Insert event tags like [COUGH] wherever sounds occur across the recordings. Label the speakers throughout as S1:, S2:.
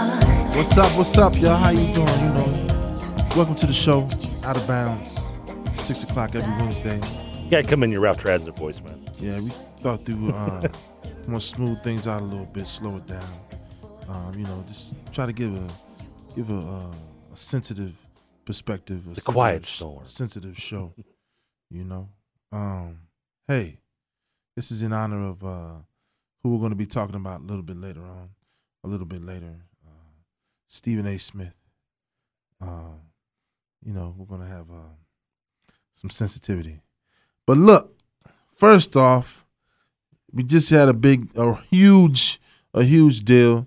S1: What's up? What's up, y'all? How you doing? You know, welcome to the show. Out of bounds. Six o'clock every Wednesday.
S2: You gotta come in your Ralph Transit voice, man.
S1: Yeah, we thought we would uh, want to smooth things out a little bit, slow it down. Um, you know, just try to give a give a, uh, a sensitive perspective, a sensitive
S2: quiet
S1: sh-
S2: storm.
S1: sensitive show. you know, um, hey, this is in honor of uh, who we're going to be talking about a little bit later on. A little bit later, uh, Stephen A. Smith. Um, you know, we're going to have uh, some sensitivity. But look, first off, we just had a big, a huge, a huge deal,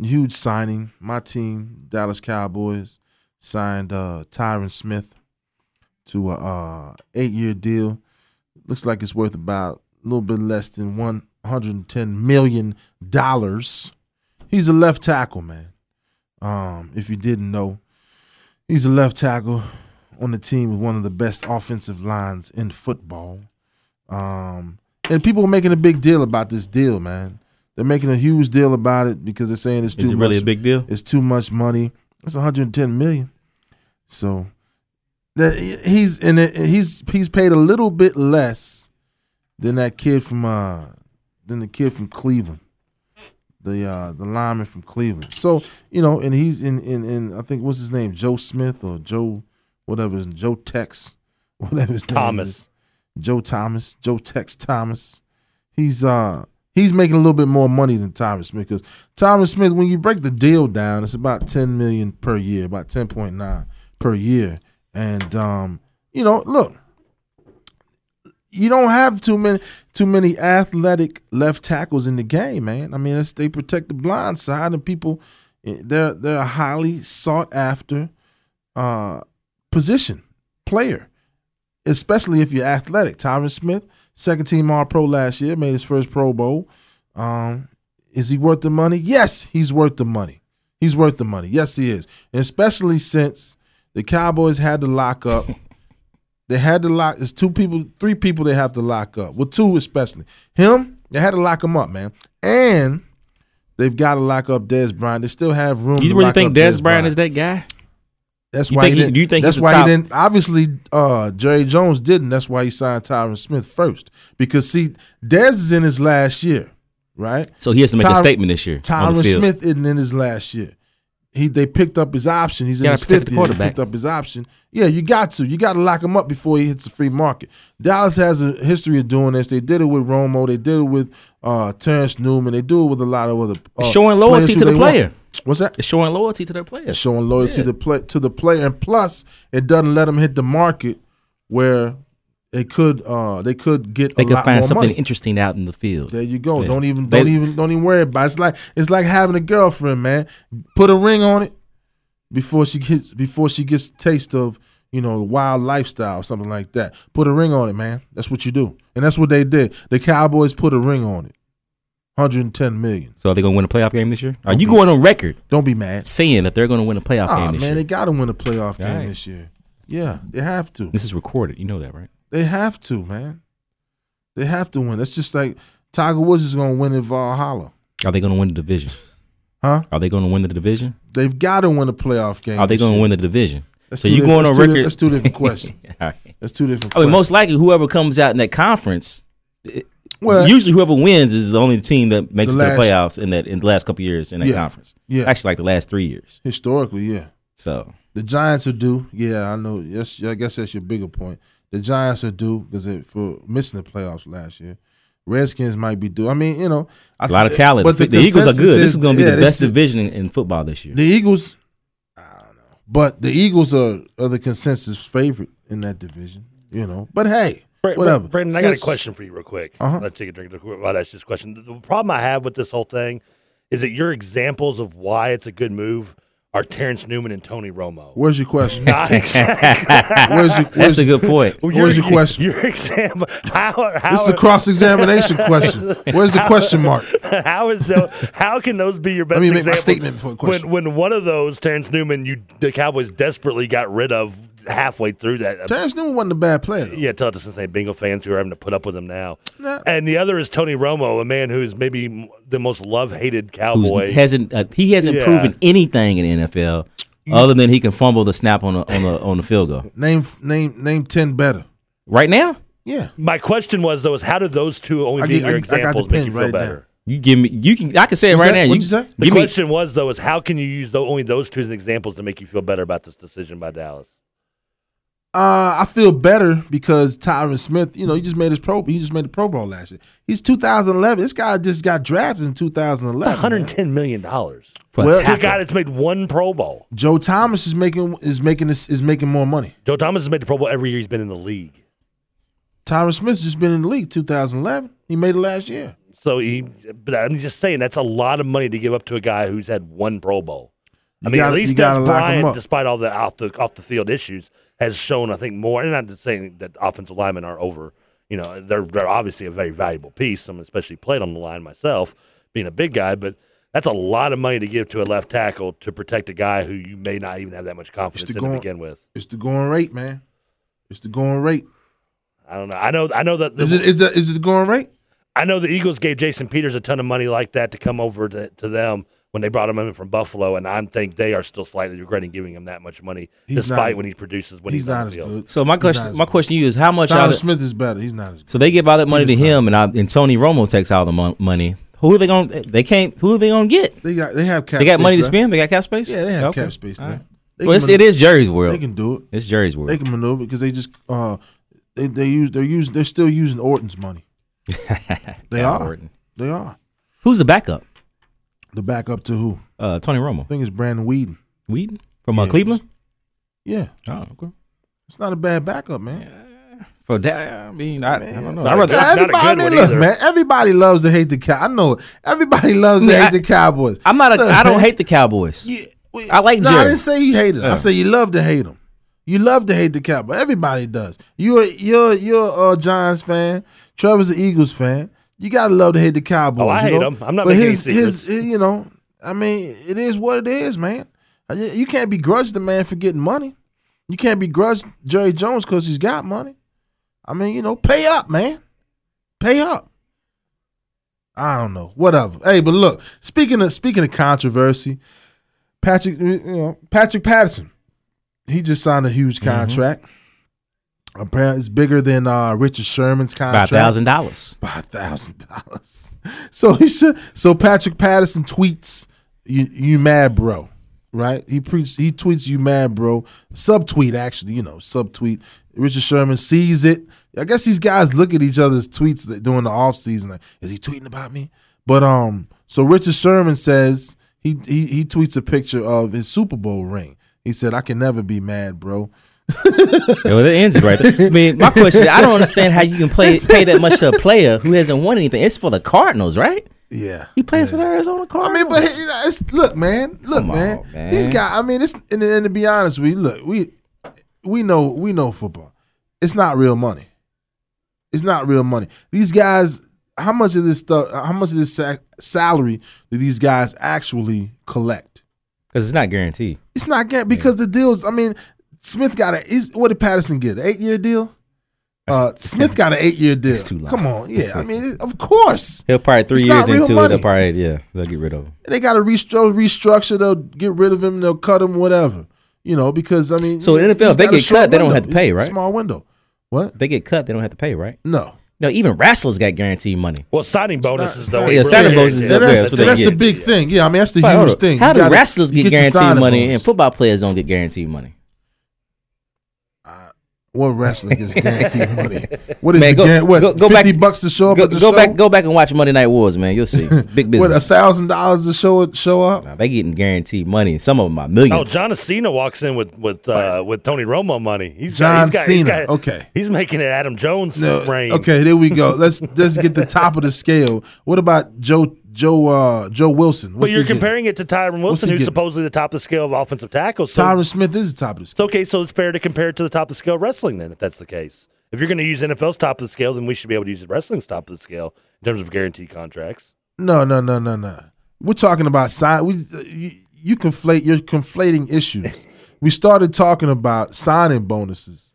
S1: huge signing. My team, Dallas Cowboys, signed uh, Tyron Smith to a uh, eight-year deal. Looks like it's worth about a little bit less than one hundred and ten million dollars. He's a left tackle, man. Um, if you didn't know, he's a left tackle on the team with one of the best offensive lines in football. Um, and people are making a big deal about this deal, man. They're making a huge deal about it because they're saying it's too
S3: Is it really
S1: much.
S3: a big deal?
S1: It's too much money. It's 110 million. So that he's and it- he's he's paid a little bit less than that kid from uh than the kid from Cleveland. The uh the lineman from Cleveland. So, you know, and he's in in, in I think what's his name? Joe Smith or Joe whatever his Joe Tex, [LAUGHS] whatever his
S2: Thomas.
S1: name is. Joe Thomas, Joe Tex Thomas. He's uh he's making a little bit more money than Thomas Smith because Thomas Smith, when you break the deal down, it's about ten million per year, about ten point nine per year. And um, you know, look, you don't have too many too many athletic left tackles in the game, man. I mean, it's, they protect the blind side, and people eh, they're they're a highly sought after uh, position player especially if you're athletic. Tyron Smith, second team All Pro last year, made his first Pro Bowl. Um, is he worth the money? Yes, he's worth the money. He's worth the money. Yes, he is. And especially since the Cowboys had to lock
S3: [LAUGHS]
S1: up. they had to lock. It's two people, three people they have to lock up. Well, two especially. Him, they had to lock him up, man. And they've got to lock up Des Bryant. They still have room.
S3: You
S1: to
S3: really
S1: lock
S3: think
S1: up
S3: Des Bryant is that guy?
S1: that's
S3: You
S1: why.
S3: think
S1: he
S3: he-
S1: didn't,
S3: do you think
S1: that's
S3: he's the
S1: why
S3: top-
S1: he didn't? Obviously, uh, Jerry Jones didn't. That's why he signed Tyron Smith first because see, Dez is in his last year, right?
S3: So he has to make
S1: Tyron-
S3: a statement this year on the
S1: Tyron
S3: field.
S1: Smith isn't in his last year. He they picked up his option. He's in
S3: Gotta
S1: his
S3: protect
S1: fifth
S3: the
S1: year. They
S3: quarterback.
S1: picked up his option. Yeah, you got to. You got to lock him up before he hits the free market. Dallas has a history of doing this. They did it with Romo. They did it with uh, Terrence Newman. They do it with a lot of other uh,
S3: Showing
S1: players
S3: loyalty
S1: who
S3: to the
S1: they want.
S3: player.
S1: What's that?
S3: It's showing loyalty to their players.
S1: showing loyalty
S3: Yeah.
S1: to the play, to the player, and plus it doesn't let them hit the market where they could uh they could get
S3: they
S1: a
S3: can
S1: lot
S3: find
S1: more
S3: something
S1: money.
S3: interesting out in the field.
S1: There you go.
S3: Yeah.
S1: Don't even
S3: They-
S1: don't even don't even worry about. It. It's like it's like having a girlfriend, man. Put a ring on it before she gets before she gets a taste of you know the wild lifestyle or something like that. Put a ring on it, man. That's what you do, and that's what they did. The Cowboys put a ring on it. 110 million.
S3: So are they going to win a playoff game this year? Are you going on record
S1: Don't be mad.
S3: saying that they're going to win a playoff
S1: Ah,
S3: game
S1: man,
S3: this
S1: they
S3: year?
S1: got to win a playoff game
S3: Right.
S1: this year. Yeah, they have to.
S3: This is recorded. You know that, right?
S1: They have to, man. They have to win. That's just like Tiger Woods is gonna win in Valhalla,
S3: Are they going to win the division?
S1: huh?
S3: Are they going to win the division?
S1: They've got to win a playoff game.
S3: Are Oh, they
S1: this
S3: going to
S1: year.
S3: win the division?
S1: That's
S3: so
S1: two
S3: you
S1: diff-
S3: going on
S1: that's two di-
S3: record?
S1: that's two different questions.
S3: [LAUGHS] All right.
S1: That's two different.
S3: I mean,
S1: questions.
S3: most likely whoever comes out in that conference,
S1: well,
S3: usually whoever wins is the only team that makes
S1: The
S3: it to the
S1: last-
S3: playoffs in that in the last couple years in that
S1: Yeah.
S3: conference.
S1: Yeah.
S3: actually, like the last three years.
S1: historically, yeah,
S3: So
S1: the Giants are due. Yeah, I know. Yes, I guess that's your bigger point. The Giants are due because for missing the playoffs last year. Redskins might be due. I mean, you know, I
S3: a lot of
S1: th-
S3: talent.
S1: but
S3: the, Eagles are
S1: consensus
S3: good. this is going to be
S1: yeah,
S3: the
S1: this
S3: best
S1: is-
S3: division in, in football this year.
S1: The Eagles, I don't know, but the Eagles are, are the consensus favorite in that division, you know. But hey,
S2: Bra- Bra-
S1: whatever.
S2: Brandon, I got a
S1: Since-
S2: question for you, real quick.
S1: Uh-huh.
S2: Let's take a drink. real quick While I ask this question, the the problem I have with this whole thing is that your examples of why it's a good move are Terrence Newman and Tony Romo.
S1: Where's your [LAUGHS] question?
S2: [LAUGHS]
S1: [LAUGHS]
S2: Not exactly.
S1: Where's your,
S2: [LAUGHS]
S3: That's
S1: where's,
S3: a good point.
S1: where's your question?
S2: Your example. How? How?
S1: This is a cross
S2: [LAUGHS]
S1: examination question. Where's the question mark?
S2: how is the, How can those be your best?
S1: Let me make my
S2: examples
S1: statement before the question.
S2: When when one of those Terrence Newman, you the Cowboys desperately got rid of, halfway through that.
S1: Terrence Newman wasn't a bad player. Though.
S2: Yeah, tell the Cincinnati Bengal fans who are having to put up with him now.
S1: Nah.
S2: And the other is Tony Romo, a man who is maybe m- the most love-hated
S3: Who's,
S2: cowboy.
S3: hasn't uh, he hasn't
S2: Yeah.
S3: proven anything in the NFL other than he can fumble the snap on a, on a, on the field goal.
S1: Name name name ten better.
S3: Right now,
S1: Yeah.
S2: My question was though, is how did those two only
S1: I
S2: being
S1: get-
S2: your
S1: I- I got the
S2: examples make
S1: pin
S2: you feel
S1: right
S2: better?
S1: now.
S3: you give me you can I can say it
S1: What's
S3: right
S1: that?
S3: now.
S1: What'd you say?
S2: The
S3: give me-
S2: question was though, is how can you use though only those two as examples to make you feel better about this decision by Dallas?
S1: Uh, I feel better because Tyron Smith, you know, he just made his pro. He just made the Pro Bowl last year. He's 2011. This guy just got drafted in 2011.
S2: It's
S1: 110.
S2: 110 million dollars.
S3: for
S1: Well,
S3: a
S2: To a
S3: tackle.
S2: guy that's made one Pro Bowl.
S1: Joe Thomas is making is making this is making more money.
S2: Joe Thomas has made the Pro Bowl every year he's been in the league.
S1: Tyron Smith's just been in the league 2011. He made it last year.
S2: So he, but I'm just saying that's a lot of money to give up to a guy who's had one Pro Bowl. I
S1: You
S2: mean,
S1: gotta-
S2: at
S1: you
S2: least
S1: gotta
S2: Des
S1: lock him up.
S2: Bryant, despite all the off the off the field issues, has shown I think more. And I'm not saying that offensive linemen are over. You know, they're they're obviously a very valuable piece. I'm especially played on the line myself, being a big guy, but. That's a lot of money to give to a left tackle to protect a guy who you may not even have that much confidence
S1: the
S2: in to
S1: going-
S2: begin with.
S1: It's the going rate, man. It's the going rate.
S2: I don't know. I know. I know that the,
S1: Is it is the is it the going rate?
S2: I know the Eagles gave Jason Peters a ton of money like that to come over to, to them when they brought him in from Buffalo, and I think they are still slightly regretting giving him that much money,
S1: He's
S2: despite
S1: not-
S2: when he produces when
S1: He's
S2: he's, on
S1: not
S2: the
S1: as
S2: field.
S1: good.
S3: So my
S1: He's not
S3: question
S1: as
S3: my question to you is how much out
S1: Tyron
S3: of,
S1: Smith is better. He's not as good.
S3: so they give all that money to
S1: He's
S3: him and I, and Tony Romo takes all the mon- money. Who are they going to they can't who are they going to get?
S1: They got they have cap.
S3: They got
S1: space
S3: money to
S1: left.
S3: spend. They got cap space.
S1: Yeah, they have
S3: Okay.
S1: cap space.
S3: All
S1: left.
S3: right.
S1: They
S3: Well,
S1: can
S3: it's, it
S1: maneuver-
S3: is Jerry's
S1: They
S3: world.
S1: can do it.
S3: It's Jerry's world.
S1: They can maneuver because they just uh they they use they're using they're still using Orton's money. They
S3: Al
S1: are.
S3: Orton.
S1: They are
S3: Who's the backup?
S1: the backup to who?
S3: Uh, Tony Romo.
S1: I think it's Brandon Whedon.
S3: Whedon from uh,
S1: Yeah.
S3: Cleveland.
S1: Yeah,
S3: Oh, okay.
S1: it's not a bad backup, man.
S3: For that, I mean, I, I don't know.
S2: I
S3: I rather,
S2: guess-
S3: I,
S2: That's not a good
S1: everybody,
S2: one
S1: look,
S2: either.
S1: man. Everybody loves to hate the cow. I know it. Everybody loves
S2: [LAUGHS]
S1: to
S3: Yeah,
S1: hate
S3: I-
S1: the Cowboys.
S3: am not. A,
S1: Look,
S3: I don't
S1: man.
S3: hate the Cowboys.
S1: You- we-
S3: I like
S1: no, I
S3: Jerry.
S1: didn't say you hate him. I
S3: Yeah.
S1: say you love to hate him. You love to hate the Cowboys. Everybody does. You're you're you're a Giants fan. Trevor's an Eagles fan. You gotta love to hate the Cowboys.
S2: Oh, I
S1: you
S2: hate
S1: know?
S2: 'em. I'm not
S1: But
S2: making any
S1: his, his,
S2: secrets.
S1: his, you know, I mean, it is what it is, man. Uh, You you can't begrudge the man for getting money. You can't begrudge Jerry Jones because he's got money. I mean, you know, pay up, man. Pay up. I don't know. Whatever. Hey, but look, speaking of speaking of controversy, Patrick, you know, Patrick Patterson, he just signed a huge contract. Apparently, it's bigger than uh, Richard Sherman's
S3: Five
S1: contract.
S3: thousand dollars.
S1: Five thousand dollars. [LAUGHS] So he should. So Patrick Patterson tweets, "You you mad, bro?" Right? He preached. He tweets, "You mad, bro?" Subtweet, actually, you know, subtweet. Richard Sherman sees it. I guess these guys look at each other's tweets that during the off season. Like, is he tweeting about me? But um, so Richard Sherman says he he he tweets a picture of his Super Bowl ring. He said, "I can never be mad, bro."
S3: Yeah, well, that ends it right there. I mean, my question: I don't understand how you can play pay that much to a player who hasn't won anything. It's for the Cardinals, right?
S1: Yeah.
S3: He plays for the Arizona
S1: I
S3: Cardinals.
S1: mean, but he- it's look, man, look,
S3: Come
S1: man.
S3: on,
S1: These
S3: man.
S1: guys. I mean, it's and, and to be honest, we look, we we know we know football. It's not real money. It's not real money. These guys, how much of this stuff? How much of this sac- salary do these guys actually collect?
S3: because it's not guaranteed.
S1: It's not get because the deals. I mean, Smith got a. Is what did Patterson get? An eight year deal. Uh, Smith got an eight
S3: [LAUGHS]
S1: year deal.
S3: too long.
S1: Come on, yeah. I
S3: [LAUGHS]
S1: mean, of course.
S3: He'll probably three
S1: It's not
S3: years
S1: real
S3: into it.
S1: money.
S3: They'll probably yeah, they'll get rid of him.
S1: They got to restru- restructure. They'll get rid of him. They'll cut him. Whatever. You know, because I mean,
S3: So in
S1: he's
S3: NFL, if they
S1: got a
S3: get
S1: short
S3: cut, they don't
S1: window.
S3: have to pay, right?
S1: Small window. What?
S3: They get cut. They don't have to pay, right?
S1: No.
S3: No, even wrestlers got guaranteed money.
S2: Well, signing bonuses
S1: not-
S2: though.
S1: Yeah,
S2: ain't
S3: signing
S2: really
S3: bonuses
S2: anything.
S3: up
S1: So
S3: there,
S1: that's,
S3: that's what
S1: so
S3: they
S1: that's the
S3: get.
S1: big thing. Yeah, I mean, that's the
S3: Wait, hold
S1: huge
S3: up.
S1: thing.
S3: How
S1: You
S3: do
S1: gotta-
S3: wrestlers
S1: you
S3: get,
S1: your
S3: guaranteed
S1: signing
S3: money
S1: bonus.
S3: and football players don't get guaranteed money?
S1: What wrestler
S3: [LAUGHS]
S1: gets guaranteed money? What is the
S3: Man, go-
S1: guar- what,
S3: go- go
S1: fifty
S3: back-
S1: bucks to show up
S3: Go,
S1: at the
S3: go
S1: show?
S3: back, go back and watch Monday Night Wars, man.
S1: [LAUGHS]
S3: You'll see big
S1: What a
S3: business.
S1: thousand dollars to show show up?
S3: Nah, they getting guaranteed money. Some of them are
S2: Oh,
S3: millions.
S2: John Cena walks in with with uh, with Tony Romo money. He's
S1: John
S2: got, he's got,
S1: Cena,
S2: He's got,
S1: okay.
S2: he's making it Adam Jones
S1: No,
S2: reign.
S1: okay, there we go. Let's let's get
S2: [LAUGHS]
S1: the top of the scale. What about Joe Joe uh, Joe Wilson?
S2: but
S1: What's
S2: you're
S1: he getting?
S2: comparing it to Tyron Wilson,
S1: he
S2: who's
S1: getting?
S2: supposedly the top of the scale of offensive tackles. So
S1: Tyron Smith is the top of the scale.
S2: It's okay, so it's fair to compare it to the top of the scale wrestling then, if that's the case. If you're going to use NFL's top of the scale, then we should be able to use wrestling's top of the scale in terms of guaranteed contracts.
S1: No, no, no, no, no. We're talking about sign. We uh, you, you conflate. You're conflating issues. we started talking about signing bonuses,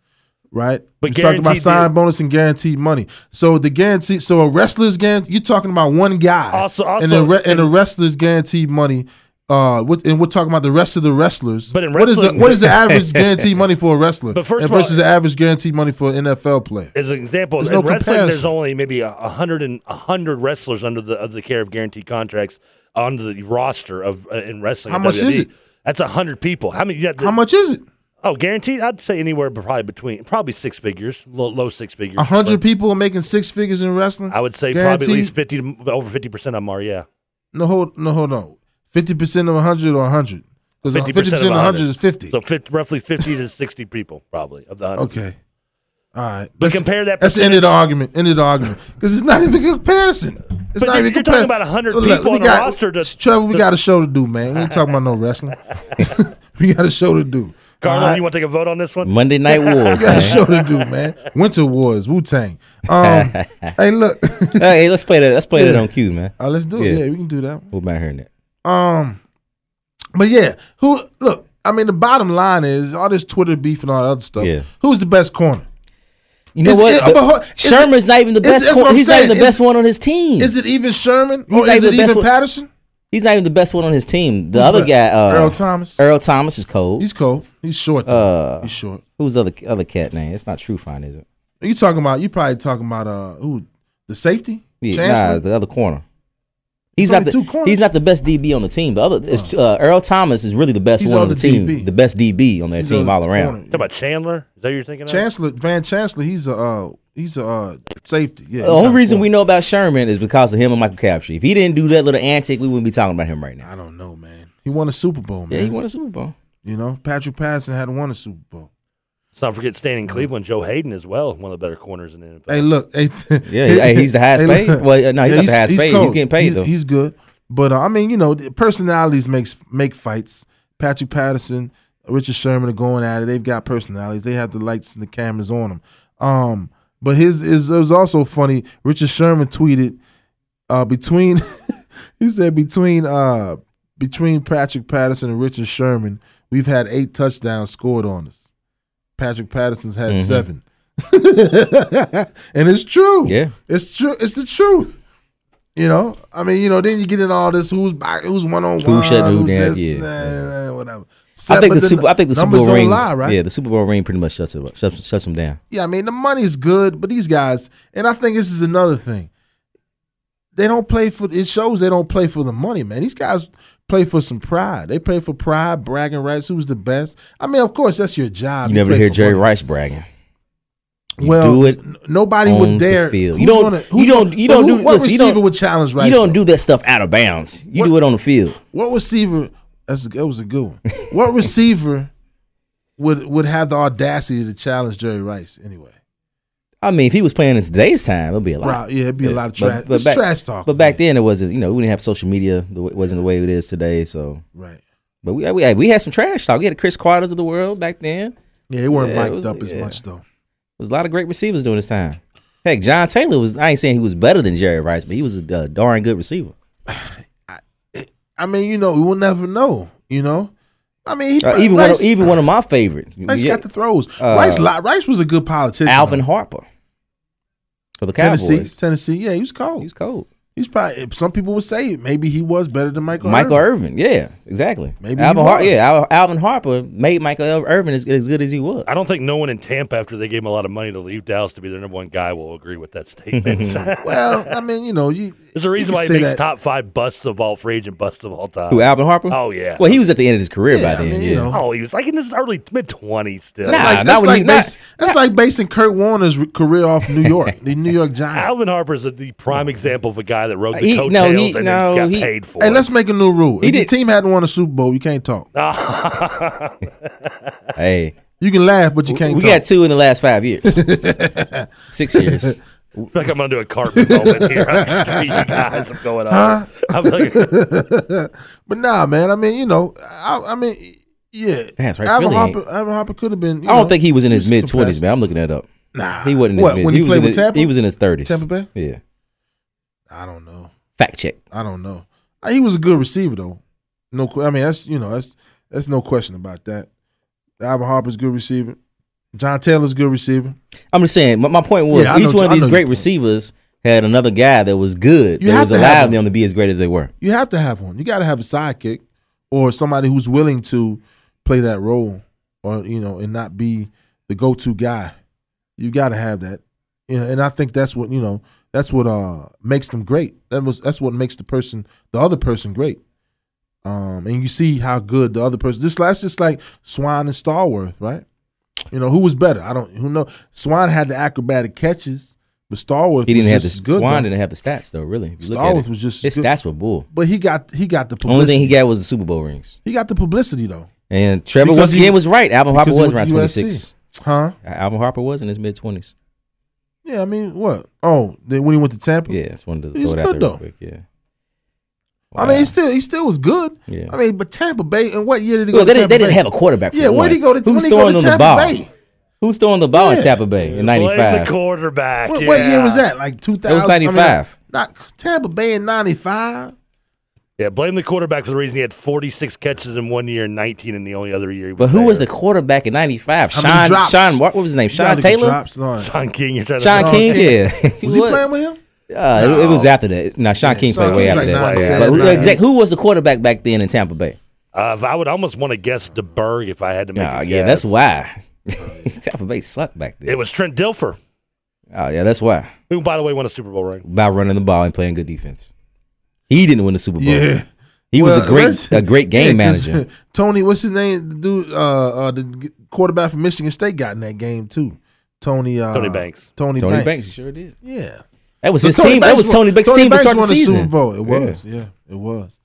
S1: right?
S2: But
S1: we talking about
S2: guaranteed
S1: sign
S2: deal.
S1: bonus and guaranteed money. So the guarantee, so a wrestler's guarantee, you're talking about one guy,
S2: Also-
S1: and a,
S2: also-
S1: re- and a wrestler's guaranteed money. Uh, with, and we're talking about the rest of the wrestlers.
S2: But in
S1: what is the,
S2: wrestling-
S1: what is the average guaranteed money for a wrestler?
S2: But first
S1: and
S2: of all-
S1: versus the average guaranteed money for an NFL player.
S2: as an example,
S1: There's
S2: in
S1: no
S2: wrestling, there's
S1: comparison.
S2: only maybe a a hundred and a hundred wrestlers under the under the care of guaranteed contracts on the roster of uh, in wrestling.
S1: How
S2: in
S1: much is
S2: WWE.
S1: it?
S2: That's a hundred people. How many? Yeah, the,
S1: How much is it?
S2: oh, guaranteed. I'd say anywhere, but probably between probably six figures, low, low six figures.
S1: A hundred
S2: But
S1: people are making six figures in wrestling.
S2: I would say probably at least fifty, to- over fifty percent of them are. Yeah,
S1: No, hold no, hold on. Fifty percent of hundred or hundred? Because
S2: 50%
S1: fifty percent of
S2: of
S1: hundred
S2: 100
S1: is fifty.
S2: so 50, roughly fifty to sixty people probably of the hundred.
S1: okay. All right.
S2: But
S1: Let's-
S2: compare that.
S1: That's the end of the
S2: percentage-
S1: argument. End of the argument. Because it's not even a comparison. It's not
S2: But you're-
S1: even
S2: you're
S1: compar-
S2: talking about 100 people
S1: we
S2: on a
S1: got-
S2: roster to-
S1: Trevor, we got a show to do, man. We ain't talking about no
S2: [LAUGHS]
S1: wrestling. we got a show to do.
S2: Carlo,
S1: All right?
S2: you want to take a vote on this one?
S3: Monday Night Wars.
S1: we got a [LAUGHS]
S3: man.
S1: show to do, man. Winter Wars, Wu Tang.
S2: [LAUGHS]
S1: Um, hey, look. [LAUGHS]
S3: hey, let's play that. Let's play that
S1: Yeah. Uh,
S3: on cue, man.
S1: All right, let's do it.
S3: Yeah.
S1: Yeah, we can do that.
S3: We're about hearing it.
S1: Um, but yeah, who? Look, I mean, the bottom line is all this Twitter beef and all that other stuff.
S3: Yeah.
S1: Who's the best corner?
S3: You know
S1: Is
S3: what?
S1: it- but hold- is it-
S3: Sherman's not even the
S1: is-
S3: best.
S1: that's
S3: cor-
S1: what I'm
S3: he's not even
S1: saying.
S3: the best
S1: Is-
S3: one on his team.
S1: Is it even Sherman or
S3: He's not
S1: is
S3: even
S1: it
S3: the best
S1: even
S3: one-
S1: Patterson?
S3: he's not even the best one on his team. The other
S1: But
S3: guy, uh,
S1: Earl Thomas.
S3: Earl Thomas is cold.
S1: He's cold. He's short. though.
S3: Uh,
S1: He's short.
S3: Who's the other other cat name? It's not True Fine, is it?
S1: You talking about? You probably talking about uh who? The safety?
S3: Yeah, nah,
S1: Chancellor?
S3: it's the other corner. He's
S1: It's
S3: not
S1: only
S3: the
S1: two corners.
S3: he's not the best DB on the team. The other it's, uh, Earl Thomas is really the best
S1: He's
S3: one
S1: on
S3: on the,
S1: the
S3: team,
S1: DB.
S3: the best DB on their
S1: He's
S3: team
S1: a
S3: all around.
S1: corner.
S2: Talk about Chandler. Is that what you're thinking? of?
S1: Chancellor Van Chancellor. He's a uh, he's a uh, safety. Yeah.
S3: The only reason we know about Sherman is because of him and Michael Crabtree. If he didn't do that little antic, we wouldn't be talking about him right now.
S1: I don't know, man. He won a Super Bowl,
S3: Yeah,
S1: Oh, man.
S3: he won a Super Bowl.
S1: You know, Patrick Patterson had won a Super Bowl.
S2: Let's not forget staying in Cleveland, Joe Hayden as well, one of the better corners in the NFL.
S1: Hey, look. Hey, [LAUGHS]
S3: Yeah, hey, he's the highest paid?
S1: look.
S3: Well, no, he's not the highest paid. He's
S1: cold.
S3: getting paid, though.
S1: He's good, but uh, I mean, you know, the personalities makes make fights. Patrick Patterson, Richard Sherman are going at it. They've got personalities. They have the lights and the cameras on them. Um, but his is it was also funny. Richard Sherman tweeted uh, between [LAUGHS] he said between uh, between Patrick Patterson and Richard Sherman, we've had eight touchdowns scored on us. Patrick Patterson's
S3: Mm-hmm.
S1: had seven. [LAUGHS] and it's true.
S3: Yeah.
S1: It's true. It's the truth. You know, I mean, you know, then you get in all this who's by, who's one on one,
S3: Who shut who
S1: who's
S3: down,
S1: this,
S3: yeah.
S1: nah, nah, whatever.
S3: I
S1: Except
S3: think
S1: for
S3: the Super I think the Super
S1: numbers
S3: Bowl
S1: don't
S3: ring.
S1: lie, right?
S3: Yeah, the Super Bowl ring pretty much shuts him up, shuts, shuts him down.
S1: Yeah, I mean the money's good, but these guys, and I think this is another thing. They don't play for it shows they don't play for the money, man. These guys play for some pride. They play for pride, bragging rights, who's the best. I mean, of course, that's your job.
S3: You never
S1: play
S3: hear
S1: for
S3: Jerry
S1: money.
S3: Rice bragging. You
S1: well,
S3: do it
S1: n- nobody
S3: on
S1: would
S3: the
S1: dare.
S3: field. You
S1: who's
S3: don't-
S1: gonna-
S3: you
S1: who's
S3: don't-
S1: gonna-
S3: you
S1: well,
S3: don't
S1: who-
S3: do-
S1: What
S3: listen, you
S1: receiver
S3: don't-
S1: would challenge Rice?
S3: you don't
S1: though?
S3: do that stuff out of bounds. You
S1: What-
S3: do it on the field.
S1: What receiver? That's a, that was a good
S3: [LAUGHS]
S1: one. What receiver would would have the audacity to challenge Jerry Rice anyway?
S3: I mean, if he was playing in today's time, it'd be a lot.
S1: Right? Yeah, it'd be a lot of
S3: But-
S1: trash.
S3: but
S1: it's
S3: back-
S1: trash talk.
S3: But back then, it wasn't. You know, we didn't have social media. The way- It wasn't the way it is today. So,
S1: right?
S3: but we we had, we had some trash talk. We had the Chris Carter's of the world back then. There
S1: Yeah, they weren't
S3: Yeah, it
S1: mic'd
S3: was-
S1: up as
S3: yeah.
S1: much though.
S3: was a lot of great receivers during this time. Heck, John Taylor was. I ain't saying he was better than Jerry Rice, but he was a, uh darn good receiver.
S1: I mean, you know, we'll never know. You know, I mean, he,
S3: Uh, even one
S1: Rice,
S3: of, even one of my favorite,
S1: [LAUGHS] Rice
S3: yeah,
S1: got the throws.
S3: Uh,
S1: Rice, li- Rice was a good politician.
S3: Alvin
S1: though.
S3: Harper for the Cowboys.
S1: Tennessee, Tennessee. Yeah, he was cold.
S3: He's cold.
S1: He's probably. Some people would say maybe he was better than Michael.
S3: Michael
S1: Irvin.
S3: Irvin. yeah, exactly.
S1: Maybe he
S3: Alvin Har-
S1: was.
S3: yeah, Al- Alvin Harper made Michael Irvin as, as good as he was.
S2: I don't think no one in Tampa, after they gave him a lot of money to leave Dallas to be their number one guy, will agree with that statement. [LAUGHS] There's
S1: Well, I mean, you know, you,
S2: a
S1: you
S2: reason
S1: can
S2: why he
S1: say
S2: makes
S1: that.
S2: top five busts of all free agent busts of all time.
S3: Who Alvin Harper?
S2: Oh, yeah.
S3: Well, he was at the end of his career
S1: Yeah,
S3: by
S1: I
S3: then.
S1: mean,
S3: [LAUGHS] yeah.
S1: you know,
S2: oh, he was like in his early mid twenties still.
S3: Nah,
S1: like,
S3: not
S1: that's
S3: when
S1: like
S3: he- not-
S1: bas- that's like basing Kurt Warner's re- career off New York, the New York
S2: [LAUGHS]
S1: Giants.
S2: Alvin Harper's a, the prime example of a guy that rode the
S3: He- no,
S2: coattails
S3: he-
S2: and then
S3: no,
S2: got
S3: he-
S2: paid for
S1: Hey,
S2: it. [LAUGHS]
S1: let's make a new rule.
S3: He
S1: If your
S3: did-
S1: team hadn't won a Super Bowl, you can't talk.
S3: Hey,
S1: You can laugh, but you can't
S3: we
S1: talk.
S3: got two in the last five
S1: [LAUGHS]
S3: years, six years.
S2: I feel like I'm gonna do a carpet moment here. I'm sorry, you guys. I'm going on. [LAUGHS] I'm like,
S1: but nah, man. I mean, you know, I, I mean, yeah.
S3: Damn, it's right,
S1: Alvin
S3: Philly ain't-
S1: Harper, Alvin Harper could have been. you
S3: I don't
S1: know,
S3: think he was in his
S1: he's
S3: mid twenties,
S1: surpassed.
S3: man. I'm looking that up.
S1: Nah,
S3: He wasn't in his
S1: What,
S3: mid.
S1: when he
S3: was
S1: played
S3: in
S1: with
S3: the-
S1: Tampa?
S3: He was in his thirties.
S1: Tampa Bay.
S3: Yeah.
S1: I don't know.
S3: Fact check.
S1: I don't know. Uh, He was a good receiver though. No, que- I mean that's you know that's that's no question about that. Alvin Harper's a good receiver. John Taylor's a good receiver.
S3: I'm just saying. My, my point was
S1: Yeah, I
S3: each
S1: know-
S3: one of
S1: I
S3: these
S1: know
S3: great
S1: your point.
S3: receivers had another guy that was good
S1: You
S3: that
S1: have
S3: was
S1: to have
S3: allowing
S1: them.
S3: them to be as great as they were.
S1: You have to have one. You got to have a sidekick or somebody who's willing to play that role, or you know, and not be the go-to guy. You got to have that, you know. And I think that's what you know. That's what uh makes them great. That was that's what makes the person, the other person, great. Um, and you see how good the other person. This last, just like Swan and Starworth, right? You know who was better? I don't. Who know? Swan had the acrobatic catches, but Starworth
S3: He didn't
S1: was
S3: have the
S1: just as good.
S3: Swan
S1: though.
S3: didn't have the stats though. Really, if you look at
S1: Starworth
S3: it,
S1: was just as
S3: his
S1: good.
S3: stats were bull.
S1: But he got he got the publicity.
S3: Only thing he got was the Super Bowl rings.
S1: He got the publicity though,
S3: And Trevor
S1: Because
S3: once
S1: he-
S3: again was right. Alvin Harper
S1: because he
S3: Oh, was
S1: went
S3: around
S1: to
S3: twenty
S1: USC.
S3: six.
S1: huh?
S3: Alvin Harper was in his mid twenties.
S1: Yeah, I mean, what? Oh, then when he went to Tampa,
S3: Yeah, just wanted to
S1: He's
S3: throw it out
S1: good,
S3: there
S1: though.
S3: real quick. Yeah.
S1: I mean,
S3: Wow.
S1: he still he still was good.
S3: Yeah.
S1: I mean, but Tampa Bay and what year did he
S3: well,
S1: go?
S3: they,
S1: to
S3: didn't, they
S1: Tampa
S3: didn't
S1: Bay?
S3: have a quarterback. For
S1: Yeah, where
S3: one.
S1: did he go to?
S3: Who's
S1: when he go
S3: throwing them
S1: to
S3: the
S1: Tampa
S3: ball?
S1: Bay?
S3: Who's throwing the ball
S1: Yeah.
S3: in Tampa Bay
S2: Played
S3: in '95?
S2: the quarterback.
S1: What,
S2: yeah.
S1: what year was that? Like two thousand.
S3: That was '95.
S1: not Tampa Bay in ninety five.
S2: Yeah, blame the quarterback for the reason he had 46 catches in one year and 19 in the only other year. He was
S3: But who
S2: there.
S3: was the quarterback in '95?
S1: How many
S3: Sean.
S1: drops?
S3: Sean. What what was his name? Sean Taylor.
S1: Drops, no.
S2: [LAUGHS] Sean King? You're trying
S3: Sean
S2: to
S1: No,
S3: King.
S1: King.
S3: Yeah.
S1: [LAUGHS] Was he playing with him?
S3: Uh, it- it, was after that. Now Sean King
S1: Sean
S3: played way
S1: King's
S3: after
S1: like
S3: that.
S1: 97,
S3: But who,
S1: 98.
S3: exact, who was the quarterback back then in Tampa Bay?
S2: Uh, if I would almost want to guess DeBerg if I had to make.
S3: Nah,
S2: a
S3: yeah,
S2: guess.
S3: that's why. [LAUGHS] Tampa Bay sucked back
S2: It
S3: then.
S2: was Trent Dilfer,
S3: Oh yeah, that's why.
S2: who, by the way, won a Super Bowl ring.
S3: By running the ball and playing good defense. He didn't win the Super Bowl.
S1: Yeah.
S3: He was
S1: Well,
S3: a great
S1: let's- [LAUGHS]
S3: a great
S1: Yeah,
S3: game
S1: 'cause
S3: manager.
S1: Tony, what's his name? The dude, uh, uh, the g- quarterback from Michigan State got in that game too. Tony. Uh,
S2: Tony Banks.
S1: Tony,
S3: Tony Banks.
S1: Banks.
S3: he sure did.
S1: Yeah.
S3: That was
S1: So
S3: his
S1: Tony
S3: team.
S1: Banks
S3: that was
S1: won-
S3: Tony Banks' team to
S1: Banks
S3: start the
S1: won Super
S3: season.
S1: Bowl. It
S3: Yeah.
S1: was, yeah, it was.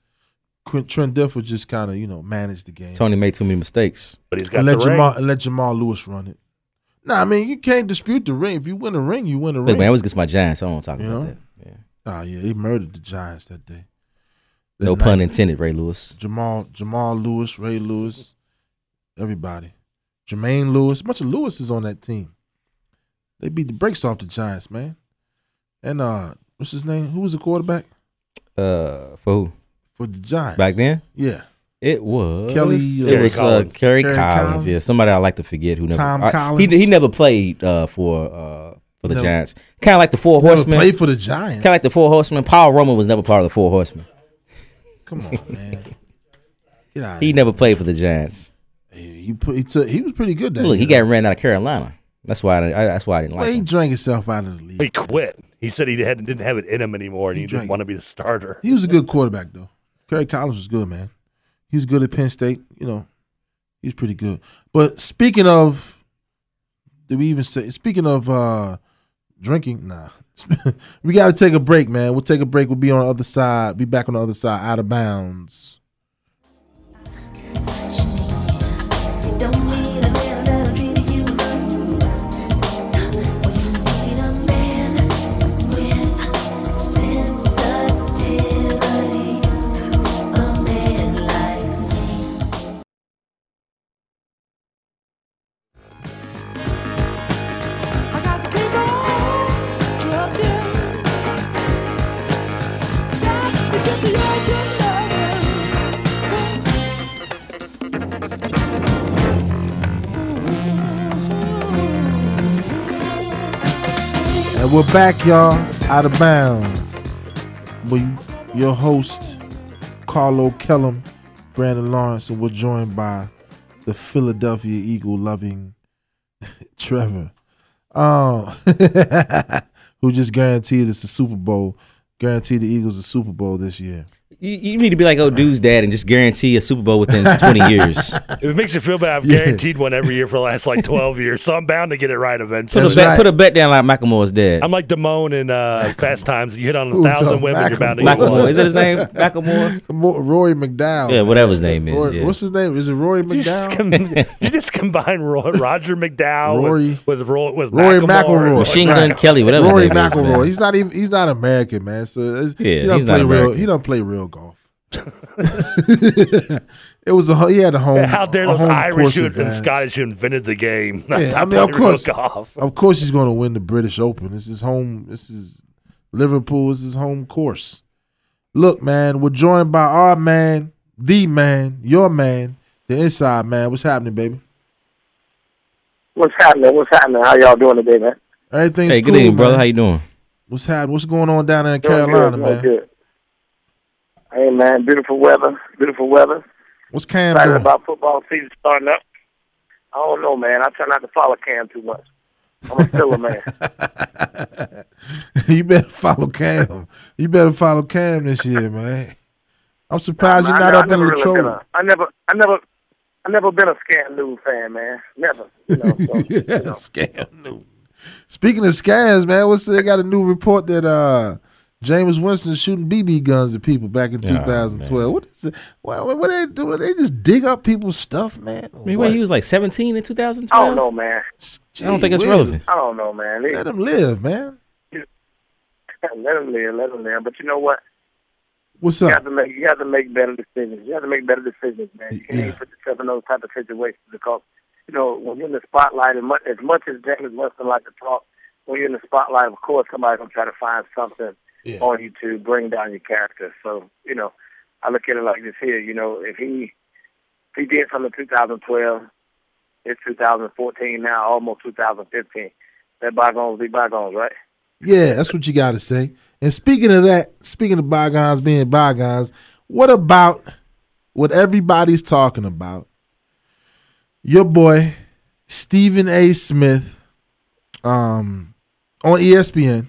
S1: Qu- Trent Dilfer just kind of you know managed the game
S3: Tony made too many mistakes.
S2: But he's got
S1: and
S2: the
S1: let
S2: ring.
S1: Jamal and let Jamal Lewis run it. Nah, I mean you can't dispute the ring. If you win a ring, you win a
S3: Look,
S1: ring.
S3: man, it was against my Giants. so I don't want to talk
S1: You
S3: about
S1: know?
S3: that. Yeah.
S1: Ah, yeah, he murdered the Giants that day. That
S3: No
S1: night.
S3: pun intended, Ray Lewis.
S1: Jamal Jamal Lewis, Ray Lewis, everybody. Jermaine Lewis, a bunch of Lewises on that team. They beat the brakes off the Giants, man. And uh, what's his name? Who was the quarterback
S3: Uh, for who?
S1: for the Giants?
S3: Back then,
S1: yeah,
S3: it was
S1: Kelly, uh,
S3: It was
S2: Kerry Collins.
S3: Uh, Kerry
S1: Kerry
S3: Collins.
S1: Collins.
S3: Yeah, somebody I like to forget who never.
S1: Tom
S3: I-
S1: Collins.
S3: He he never played uh, for uh, for the
S1: Never.
S3: Giants. Kind of like the Four
S1: Never
S3: Horsemen.
S1: played
S3: Kind
S1: for the Giants.
S3: of like the Four Horsemen. Paul Roman was never part of the Four Horsemen.
S1: Come on,
S3: [LAUGHS]
S1: man. Get out.
S3: He never played for the Giants.
S1: He put. He took. He was pretty good that
S3: Look, he
S1: year.
S3: got ran out of Carolina. That's why I, I that's why I didn't
S1: Well,
S3: like
S1: he
S3: him.
S1: drank himself out of the league.
S2: He quit. He said he had, didn't have it in him anymore, and
S1: He
S2: he, didn't
S1: drank.
S2: want to be the starter.
S3: [LAUGHS]
S1: He was a good quarterback though. Kerry Collins was good, man. He was good at Penn State. You know, he was pretty good. But speaking of, did we even say? Speaking of uh drinking, nah. [LAUGHS] we got to take a break, man. We'll take a break. We'll be on the other side. Be back on the other side. Out of bounds.
S4: You don't need a man that'll treat you right. You need a man with sensitivity. A man like me.
S5: I got to keep on trucking. Got to get the urgent loving.
S1: And we're back, y'all. Out of bounds. With your host, Carlo Kellum, Brandon Lawrence, and we're joined by the Philadelphia Eagle loving [LAUGHS] Trevor. Um, [LAUGHS] who just guaranteed us the Super Bowl. Guaranteed the Eagles a Super Bowl this year.
S3: You, you need to be like old dude's dad and just guarantee a Super Bowl within [LAUGHS] 20 years.
S2: If it makes you feel bad, I've
S1: Yeah.
S2: guaranteed one every year for the last like 12 years, so I'm bound to get it right
S3: Put
S2: eventually.
S3: a
S1: That's
S3: bet,
S1: right.
S3: put a bet down like Macklemore's dad.
S2: I'm like Damone in uh, Fast Times. You hit on a
S1: Who's
S2: thousand
S1: talking
S2: women, you're bound to get
S3: [LAUGHS] Macklemore.
S2: one.
S3: Is that his name? [LAUGHS] Macklemore.
S1: Mo- Roy McDowell.
S3: Yeah, whatever his name
S1: Roy-
S3: is. Yeah.
S1: What's his name? Is it Roy
S2: You just,
S1: McDowell?
S2: com- you just combine Roy, Roger McDowell
S1: Rory-
S2: with with, Roy, with
S1: Rory
S2: McElroy.
S1: McElroy.
S3: Machine
S1: Right.
S3: Gun Kelly, whatever
S1: Rory
S3: his name is. man.
S1: McElroy. He's not even. He's not American, man. So it's,
S3: Yeah,
S1: he don't
S3: he's not
S1: play real.
S3: American.
S1: He don't play real golf. [LAUGHS] it was a ho- he had a home.
S2: How dare
S1: a
S2: those
S1: home
S2: Irish
S1: course
S2: who and
S1: advantage.
S2: Scottish who invented the game? [LAUGHS]
S1: Yeah,
S2: Not
S1: I mean, of
S2: play real
S1: course.
S2: golf.
S1: Of course, he's going to win the British Open. This is home. This is Liverpool. This is home course. Look, man, we're joined by our man, the man, your man, the inside man. What's happening, baby?
S6: What's happening? What's happening? How y'all doing today, man?
S1: Everything's
S3: Hey, good
S1: cool,
S3: evening,
S1: man.
S3: brother. How you doing?
S1: What's happening? What's going on down there in
S6: Doing good,
S1: Carolina,
S6: doing
S1: man?
S6: Good. Hey, man, beautiful weather. Beautiful weather.
S1: What's Cam
S6: Excited
S1: doing?
S6: about football season starting up. I don't know, man. I try not to follow Cam too much. I'm a
S1: [LAUGHS]
S6: filler man.
S1: you better follow Cam. You better follow Cam this year, man. I'm surprised
S6: I-
S1: you're not
S6: I,
S1: up in
S6: never really been
S1: Latrobe.
S6: a, I never, I never, I never been a Scam News fan, man. Never. You
S1: [LAUGHS]
S6: know, so, you
S1: yeah,
S6: know.
S1: scam news. Speaking of scams, man, what's they got a new report that uh James Winston shooting BB guns at people back in 2012. what is it? Well, what they do? They just dig up people's stuff, man.
S3: I mean,
S1: What?
S3: wait, he was like 17 in
S6: I
S3: 2012.
S6: don't know, man.
S1: Gee
S3: I don't think it's
S1: whiz.
S3: relevant.
S6: I don't know, man. They-
S1: Let them live, man.
S6: let them live, let them live. But you know what?
S1: What's
S6: You
S1: up?
S6: have to make you have to make better decisions. You have to make better decisions, man. You can't
S1: Yeah.
S6: even put yourself in those type of situations because you know when you're in the spotlight, as much as, much as James Winston like to talk, when you're in the spotlight, of course somebody's gonna try to find something
S1: Yeah.
S6: on you to bring down your character. So you know, I look at it like this here. You know, if he if he did something in 2012, it's 2014 now, almost 2015. That bygones be bygones, right?
S1: Yeah, that's what you got to say. And speaking of that, speaking of bygones being bygones, what about what everybody's talking about? Your boy Stephen A. Smith, um, on ESPN,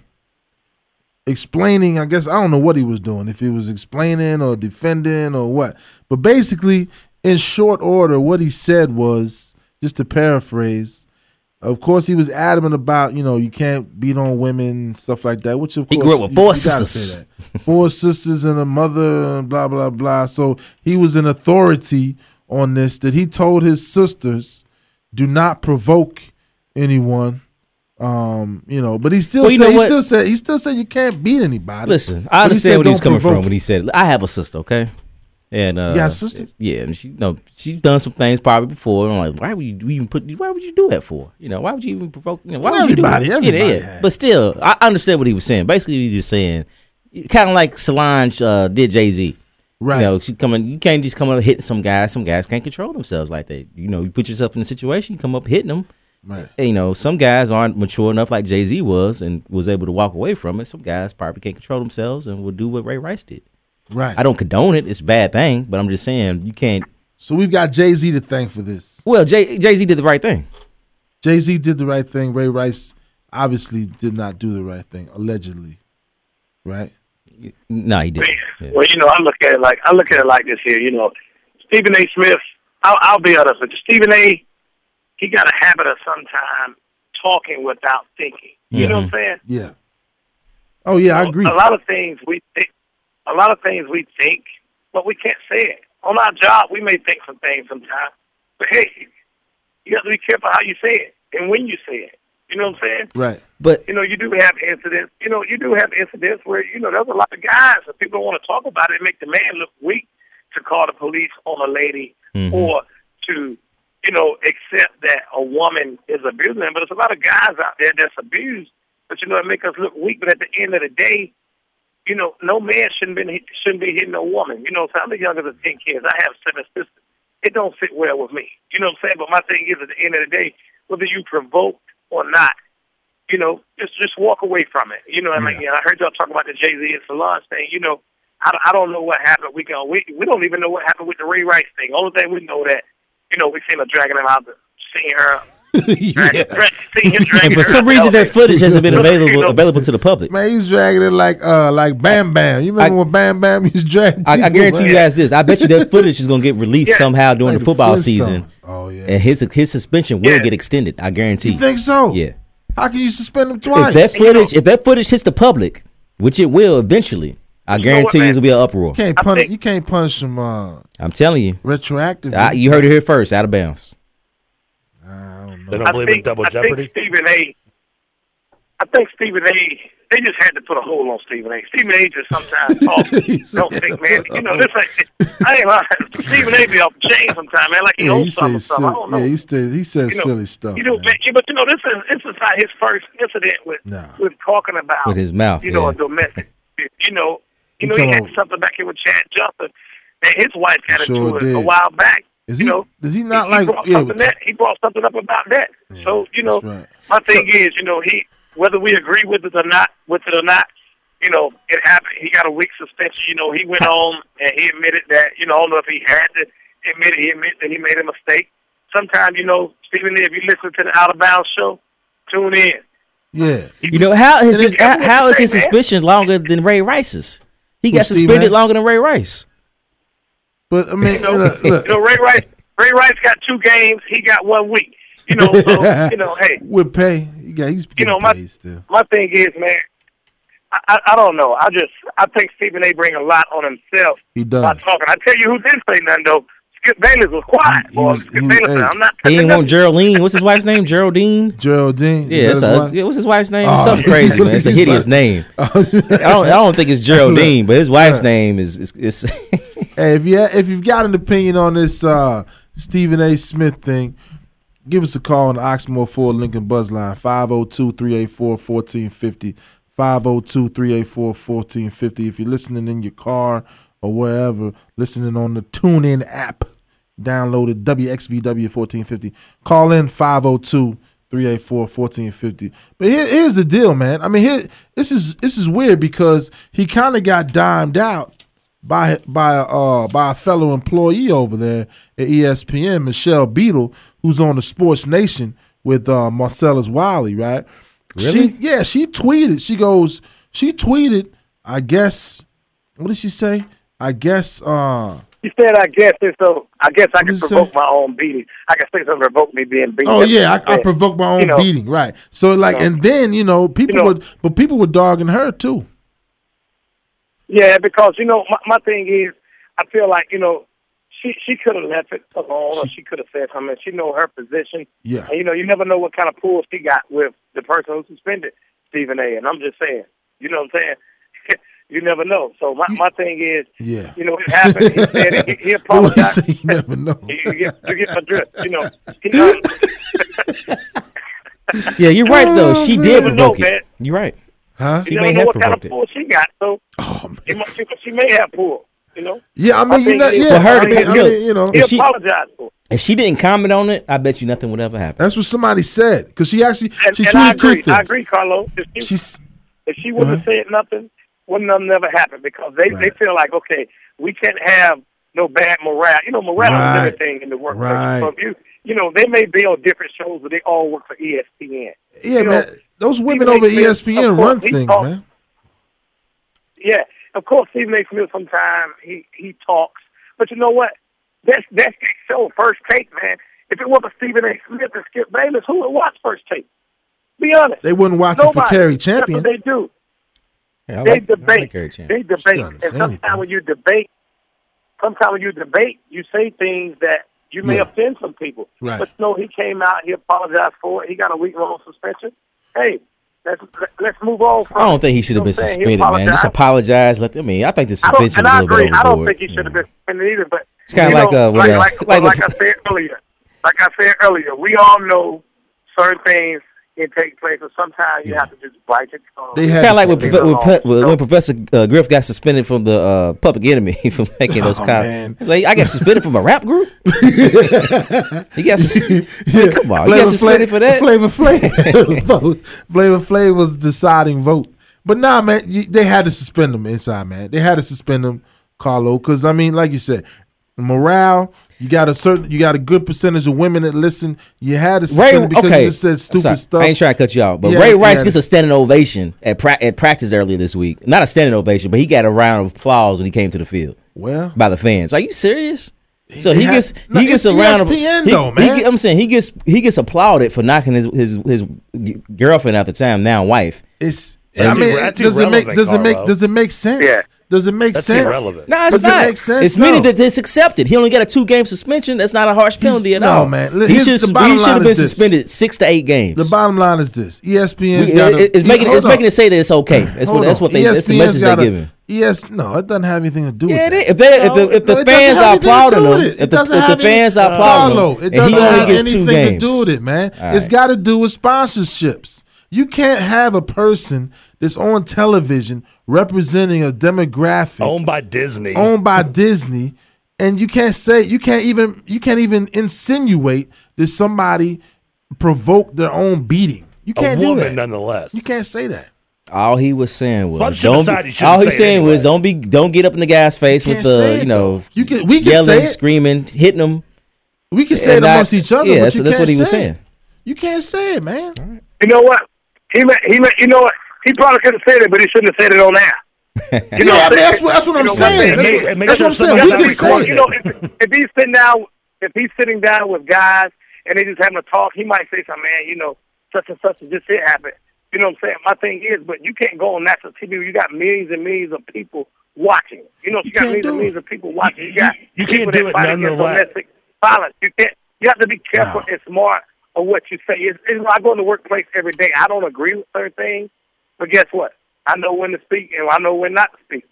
S1: explaining. I guess I don't know what he was doing, if he was explaining or defending or what. But basically, in short order, what he said was just to paraphrase. Of course, he was adamant about you know you can't beat on women stuff like that. Which of
S3: He
S1: course
S3: grew up with
S1: you-
S3: four
S1: you gotta say
S3: sisters.
S1: that
S3: [LAUGHS]
S1: four sisters and a mother, and blah blah blah. So he was an authority on this. That he told his sisters, "Do not provoke anyone." Um, you know, but he still
S3: Well, you
S1: said
S3: know
S1: he
S3: what?
S1: still said he still said you can't beat anybody.
S3: Listen, I
S1: But he said
S3: understand what he was
S1: don't
S3: coming
S1: provoke.
S3: from when he said, "I have a sister, okay." And uh,
S1: got a sister?
S3: Yeah, and she no, she's done some things probably before. And I'm like, why would you even put? Why would you do that for? You know, why would you even provoke? You know, why
S1: Well,
S3: would you do
S1: everybody-
S3: that?
S1: everybody
S3: yeah.
S1: has.
S3: But still, I I understand what he was saying. Basically, he was just saying, kind of like Solange uh, did Jay Z.
S1: right?
S3: You know, she coming. You can't just come up hitting some guys. Some guys can't control themselves like that. You know, you put yourself in a situation, you come up hitting them.
S1: right.
S3: And, you know, some guys aren't mature enough like Jay Z was and was able to walk away from it. Some guys probably can't control themselves and will do what Ray Rice did.
S1: Right.
S3: I don't condone it; it's a bad thing. But I'm just saying you can't.
S1: so we've got Jay Z to thank for this.
S3: Well, Jay Jay Z did the right thing.
S1: Jay Z did the right thing. Ray Rice obviously did not do the right thing, allegedly. Right?
S3: No, he didn't. Yeah.
S6: Well, you know, I look at it like I look at it like this here. You know, Stephen A. Smith. I'll, I'll be honest with you. Stephen A. He got a habit of sometime talking without thinking. You know what I'm saying?
S1: Yeah. Oh yeah, Mm-hmm. I agree.
S6: A lot of things we think, a lot of things we think, but we can't say it. On our job, we may think some things sometimes, but hey, you have to be careful how you say it and when you say it. You know what I'm saying?
S1: Right.
S3: But
S6: you know, you do have incidents. You know, you do have incidents where you know there's a lot of guys that people don't want to talk about it. It make the man look weak to call the police on a lady or to, you know, accept that a woman is abusing him. But there's a lot of guys out there that's abused. But you know, it make us look weak. But at the end of the day, you know, no man shouldn't been shouldn't be hitting no woman. You know, so I'm the youngest of ten kids. I have seven sisters. It don't sit well with me. You know what I'm saying? But my thing is, at the end of the day, whether you provoked or not, you know, just just walk away from it. You know, I mean, I heard y'all talking about the Jay Z and Solange thing. You know, I, don't- I don't know what happened. We can we we don't even know what happened with the Ray Rice thing. Only thing we know that you know we seen her dragging him out, the- seeing her, dragging, seeing him dragging
S3: and for
S6: her out
S3: some
S6: the
S3: reason, that
S6: elevator.
S3: footage hasn't been
S6: No, you
S3: available
S6: know-
S3: available to the public.
S1: Man, he's dragging it like uh like Bam Bam. You remember
S3: I-
S1: when Bam Bam used to drag?
S3: I, I
S1: people,
S3: guarantee you
S1: man?
S3: guys this. I bet you that footage is gonna get released
S6: Yeah.
S3: somehow during
S1: Like
S3: the football
S1: Flintstones.
S3: season,
S1: Oh yeah.
S3: and his his suspension will
S6: Yeah.
S3: get extended. I guarantee.
S1: you think so?
S3: Yeah.
S1: How can you suspend him
S3: If
S1: twice?
S3: that
S6: you know-
S3: footage, if that footage hits the public, which it will eventually, I
S6: know what,
S3: guarantee you
S6: man?
S3: it'll be an uproar.
S1: you can't
S6: I
S1: punish.
S6: think-
S1: You can't punish him uh,
S3: I'm telling you.
S1: retroactively.
S3: I, you heard it here first, out of bounds.
S1: I don't know.
S2: They don't believe in double jeopardy.
S6: I think Stephen A. I think Stephen A. They just had to put a hold on Stephen A. Stephen A. just sometimes talk, don't think, man. You know, this ain't. I ain't lying. Stephen A. be off the chain sometimes, man. Like he
S1: Yeah, he
S6: owns something. or
S1: says
S6: something. I
S1: silly.
S6: don't know.
S1: Yeah, he says he says
S6: You know,
S1: silly stuff.
S6: You know,
S1: man.
S6: but- but you know, this is this is not his first incident with
S1: Nah.
S6: with talking about
S3: With his mouth,
S6: You know, a
S3: yeah.
S6: domestic. You know, you
S1: You
S6: know, he
S1: talking
S6: had
S1: about-
S6: something back here with Chad Johnson, and his wife got
S1: Sure
S6: into it a
S1: did.
S6: while back.
S1: Is
S6: You
S1: he?
S6: know,
S1: does he not
S6: he,
S1: like?
S6: he brought,
S1: yeah,
S6: something that, he brought something up about that.
S1: Yeah,
S6: so you know,
S1: that's right.
S6: my thing is, you know, he whether we agree with it or not, with it or not, you know, it happened. He got a week suspension. You know, he went on and he admitted that. You know, I don't know if he had to admit it. He admitted that he made a mistake. Sometimes, you know, Stephen Lee, if you listen to the Out of Bounds show, tune in.
S1: yeah.
S3: You know how is
S6: It
S3: his
S6: is-
S3: how, how is his
S6: man.
S3: suspension longer than Ray Rice's? He got
S1: Steve
S3: suspended
S1: Nash?
S3: longer than Ray
S6: [LAUGHS]
S3: Rice.
S1: But I mean, look, look,
S6: You know, Ray Rice. Ray Rice got two games. He got one week. You know,
S1: [LAUGHS]
S6: so, you know, hey,
S1: with pay, you got he's
S6: You know,
S1: getting
S6: my-
S1: paid still.
S6: my thing is, man, I, I, I don't know. I just I think Stephen A. bring a lot on himself
S1: He
S6: by
S1: does.
S6: talking. I tell you who didn't say nothing though. Skip Bayless was quiet.
S1: He- he
S6: boy.
S1: was-
S6: Skip
S1: he was-
S6: Bayless,
S1: hey.
S6: said, I'm not.
S3: He
S6: touching
S3: didn't want
S6: nothing."
S3: Geraldine. What's his wife's name? Geraldine.
S1: Geraldine.
S3: Yeah,
S1: is
S3: it's
S1: that
S3: a,
S1: his
S3: yeah, what's his wife's name?
S1: Oh,
S3: Something
S1: yeah.
S3: crazy, man.
S1: [LAUGHS]
S3: It's a hideous name. I
S1: wife?
S3: don't, I don't
S1: [LAUGHS]
S3: think it's Geraldine, but his wife's name is is, is
S1: hey, if you ha- if you've got an opinion on this uh, Stephen A. Smith thing, give us a call on the Oxmoor Ford Lincoln Buzz Line 502-384-1450. 502-384-1450. If you're listening in your car or wherever, listening on the TuneIn app, downloaded WXVW 1450. Call in 502 384 1450. But here, here's the deal, man. I mean, here this is this is weird because he kind of got dimed out by by uh by a fellow employee over there at E ESPN, Michelle Beadle, who's on the Sports Nation with uh, Marcellus Wiley, right? She,
S3: Really?
S1: yeah, she tweeted. She goes, she tweeted. I guess what did she say? I guess uh
S6: He said, "I guess and so. I guess I can
S1: did he
S6: provoke
S1: say?
S6: my own beating. I can say something to provoke me being beaten."
S1: Oh
S6: That's
S1: yeah,
S6: what he
S1: I, I
S6: said.
S1: provoked my own
S6: You know,
S1: beating, right? So like,
S6: know.
S1: and then you know people
S6: You know-
S1: would, but people were dogging her too.
S6: Yeah, because you know, my, my thing is, I feel like you know, she she could have left it alone, or she could have said something. She know her position.
S1: Yeah. [LAUGHS]
S6: and you know, you never know what kind of pull she got with the person who suspended Stephen A. And I'm just saying, you know what I'm saying? [LAUGHS] you never know. So my my thing is,
S1: Yeah.
S6: you know, it
S3: [LAUGHS]
S6: happened. He said it. He, he
S1: But what you
S6: apologized.
S1: say, you never know.
S6: you, you get you get my drift. You know, he,
S3: [LAUGHS]
S6: um,
S3: Yeah, you're right though. She did
S6: never
S3: provoke
S6: Mm-hmm. know, man.
S3: it. You're right.
S1: Huh?
S6: you
S3: may
S6: never know
S3: have
S6: what kind of
S3: provoked it.
S6: pull she got. So
S1: Oh, man.
S6: she, mu- she, she may have pull. You know,
S1: Yeah, I
S6: I
S1: mean, you
S6: think
S1: know,
S6: it-
S1: yeah,
S6: For her
S1: I
S6: to
S1: mean,
S6: come-
S1: I
S3: look,
S1: mean, you know,
S6: he
S3: If she-
S6: apologized for. it.
S3: If she didn't comment on it, I bet you nothing would ever happen.
S1: that's what somebody said because she actually
S6: And,
S1: she
S6: and I
S1: tweeted two
S6: agree.
S1: things.
S6: I agree, Carlo. If she,
S1: She's
S6: if she wouldn't have said nothing, wouldn't have never happened because they they
S1: Right.
S6: feel like okay, we can't have no bad morale. You know, morale
S1: Right.
S6: is everything in the workplace.
S1: Right.
S6: So if you you know they may be on different shows, but they all work for E ESPN.
S1: yeah,
S6: you know,
S1: man. Those women
S6: Stephen
S1: over
S6: A.
S1: E
S6: Smith,
S1: ESPN
S6: of course,
S1: run
S6: he
S1: things,
S6: talked-
S1: man.
S6: Yeah, of course, Stephen A. Smith. Sometimes he he talks, but you know what? That's that's the show first take, man. If it wasn't Stephen A. Smith and Skip Bayless, who would watch first take? Be honest.
S1: They wouldn't watch it for Carrie Champion.
S6: That's what they do.
S3: Yeah, I like-
S6: they
S3: I like
S6: debate.
S3: Gary Chan.
S6: they
S1: She
S6: debate,
S1: doesn't
S6: and
S1: say
S6: sometimes
S1: anything.
S6: when you debate, sometimes when you debate, you say things that you may
S1: Yeah.
S6: offend some people.
S1: Right.
S6: But no, he came out. He apologized for it. He got a week long suspension. Hey, let's let's move on. From
S3: I don't
S6: it.
S3: think he should
S6: You
S3: have
S6: know
S3: been
S6: what I'm saying? He
S3: suspended, man. Just
S6: apologized.
S3: apologize. Let I mean, I think the
S6: I don't,
S3: suspension was
S6: and
S3: a
S6: I
S3: little
S6: agree.
S3: bit overboard.
S6: I don't think he should
S3: Yeah.
S6: have been suspended either. But it's
S3: kinda like, uh, what,
S6: like,
S3: uh,
S6: like,
S3: [LAUGHS] like
S6: like,
S3: what-
S6: I said earlier, like I said earlier, we all know certain things can take place, and sometimes you
S1: Yeah.
S6: have to just bite Um, your tongue.
S1: They
S6: You
S1: had
S3: It's kind of like when,
S1: Leave
S3: Prof-
S6: it
S3: when,
S6: alone.
S3: Pe- when- when Professor uh, Griff got suspended from the uh, Public Enemy [LAUGHS] for making those
S1: Oh,
S3: comments.
S1: man.
S3: Like, I got suspended from a rap group. [LAUGHS] he
S1: [LAUGHS]
S3: got suspended.
S1: [LAUGHS] Yeah,
S3: come on, you got suspended for that?
S1: Flavor Flav, [LAUGHS] vote. Flavor Flav was deciding vote, but nah, man, you, they had to suspend him inside, man. They had to suspend him, Carlo, because I mean, like you said, morale. You got a certain, you got a good percentage of women that listen. You had to suspend
S3: Ray,
S1: him because
S3: okay,
S1: you just said
S3: I'm
S1: stupid
S3: sorry.
S1: stuff.
S3: I ain't trying to cut you out, but
S1: Yeah,
S3: Ray
S1: yeah.
S3: Rice gets a standing ovation at pra- at practice earlier this week. Not a standing ovation, but he got a round of applause when he came to the field
S1: well,
S3: by the fans. Are you serious? So he
S1: had-
S3: gets
S1: No,
S3: he gets a
S1: it's E
S3: round of
S1: ESPN
S3: he,
S1: though,
S3: he
S1: man.
S3: get- I'm saying he gets he gets applauded for knocking his his, his g- girlfriend at the time now wife.
S1: it's. I
S2: That's
S1: mean,
S2: irre- that's
S1: does it make
S2: irrelevant,
S1: does it make
S2: Carlo.
S1: does it make sense?
S6: Yeah.
S1: Does it make
S2: That's
S1: sense?
S2: irrelevant.
S3: No, it's
S1: Does it
S3: not.
S1: make sense,
S3: it's meaning
S1: though?
S3: that it's accepted. He only got a two game suspension. That's not a harsh penalty at
S1: no,
S3: all.
S1: man. Look,
S3: He
S1: here's-
S3: should
S1: the
S3: he should
S1: bottom line
S3: have been
S1: is this.
S3: suspended six to eight games.
S1: The bottom line is this: E ESPN's
S3: We-
S1: got
S3: it- it's making it's making it say that it's okay. That's
S1: Hold
S3: what
S1: E
S3: that's
S1: on.
S3: what they that's the
S1: ESPN's
S3: message they're
S1: gotta-
S3: giving.
S1: Yes, no, it doesn't have anything to do
S3: Yeah,
S1: with
S3: it
S1: that.
S3: is. If, they, if
S1: No,
S3: the,
S1: no,
S3: if the
S1: it doesn't
S3: fans
S1: have
S3: are
S1: anything to do
S3: applauding
S1: with
S3: him,
S1: it.
S3: if
S1: It
S3: the,
S1: doesn't
S3: if
S1: have
S3: the fans are
S1: any-
S3: applauding
S1: Carlo,
S3: him,
S1: It
S3: and
S1: doesn't
S3: he only
S1: have
S3: gets two
S1: anything to
S3: games.
S1: do with it, man.
S3: All
S1: It's
S3: right.
S1: got to do with sponsorships. You can't have a person that's on
S2: Oh,
S1: television representing a demographic Oh,
S2: Owned by Disney.
S1: owned by Disney and you can't say you can't even you can't even insinuate that somebody provoked their own beating. You
S2: A
S1: can't do
S2: woman,
S1: that.
S2: nonetheless.
S1: You can't say that.
S3: All he was saying was,
S2: Well, you
S3: don't
S2: decide
S3: be-
S2: you shouldn't
S3: all
S2: say
S3: he's
S2: it
S3: saying was,
S2: anyway.
S3: don't be, don't get up in the guy's face with
S1: can't say
S3: the,
S1: it,
S3: you know,
S1: though. You can- we can
S3: yelling,
S1: say it.
S3: screaming, hitting him.
S1: We can say it
S3: and not-
S1: amongst each other.
S3: Yeah,
S1: but
S3: that's,
S1: you
S3: that's
S1: can't
S3: what he was
S1: say it.
S3: saying.
S1: You can't say it, man.
S6: You know what? He may, he may, you know what? He probably could have said it, but he shouldn't have said it on air.
S1: [LAUGHS]
S6: You
S1: Yeah,
S6: what I'm
S1: that's
S6: saying?
S1: what- that's what I'm
S6: You know
S1: saying.
S2: It
S1: That's
S2: may-
S1: what-
S2: it may
S1: that's what I'm
S2: should've
S1: saying. We can
S2: somebody got
S1: say
S2: recorded.
S1: it.
S6: You know, if, if he's sitting down, if he's sitting down with guys and they just having a talk, he might say something, man. You know, such and such and this shit happened. You know what I'm saying? My thing is, but you can't go on national TV. You got millions and millions of people watching. You know, you, got
S1: can't
S6: millions
S1: do
S6: and millions
S1: it.
S6: of people watching. You got
S2: you- you can't
S6: people
S2: do
S6: that
S2: it
S6: fight against
S2: nonetheless.
S6: Domestic violence. You can't. You have to be careful and smart of what you say. It's, it's, I go in the workplace every day. I don't agree with certain things, but guess what? I know when to speak and I know when not to speak.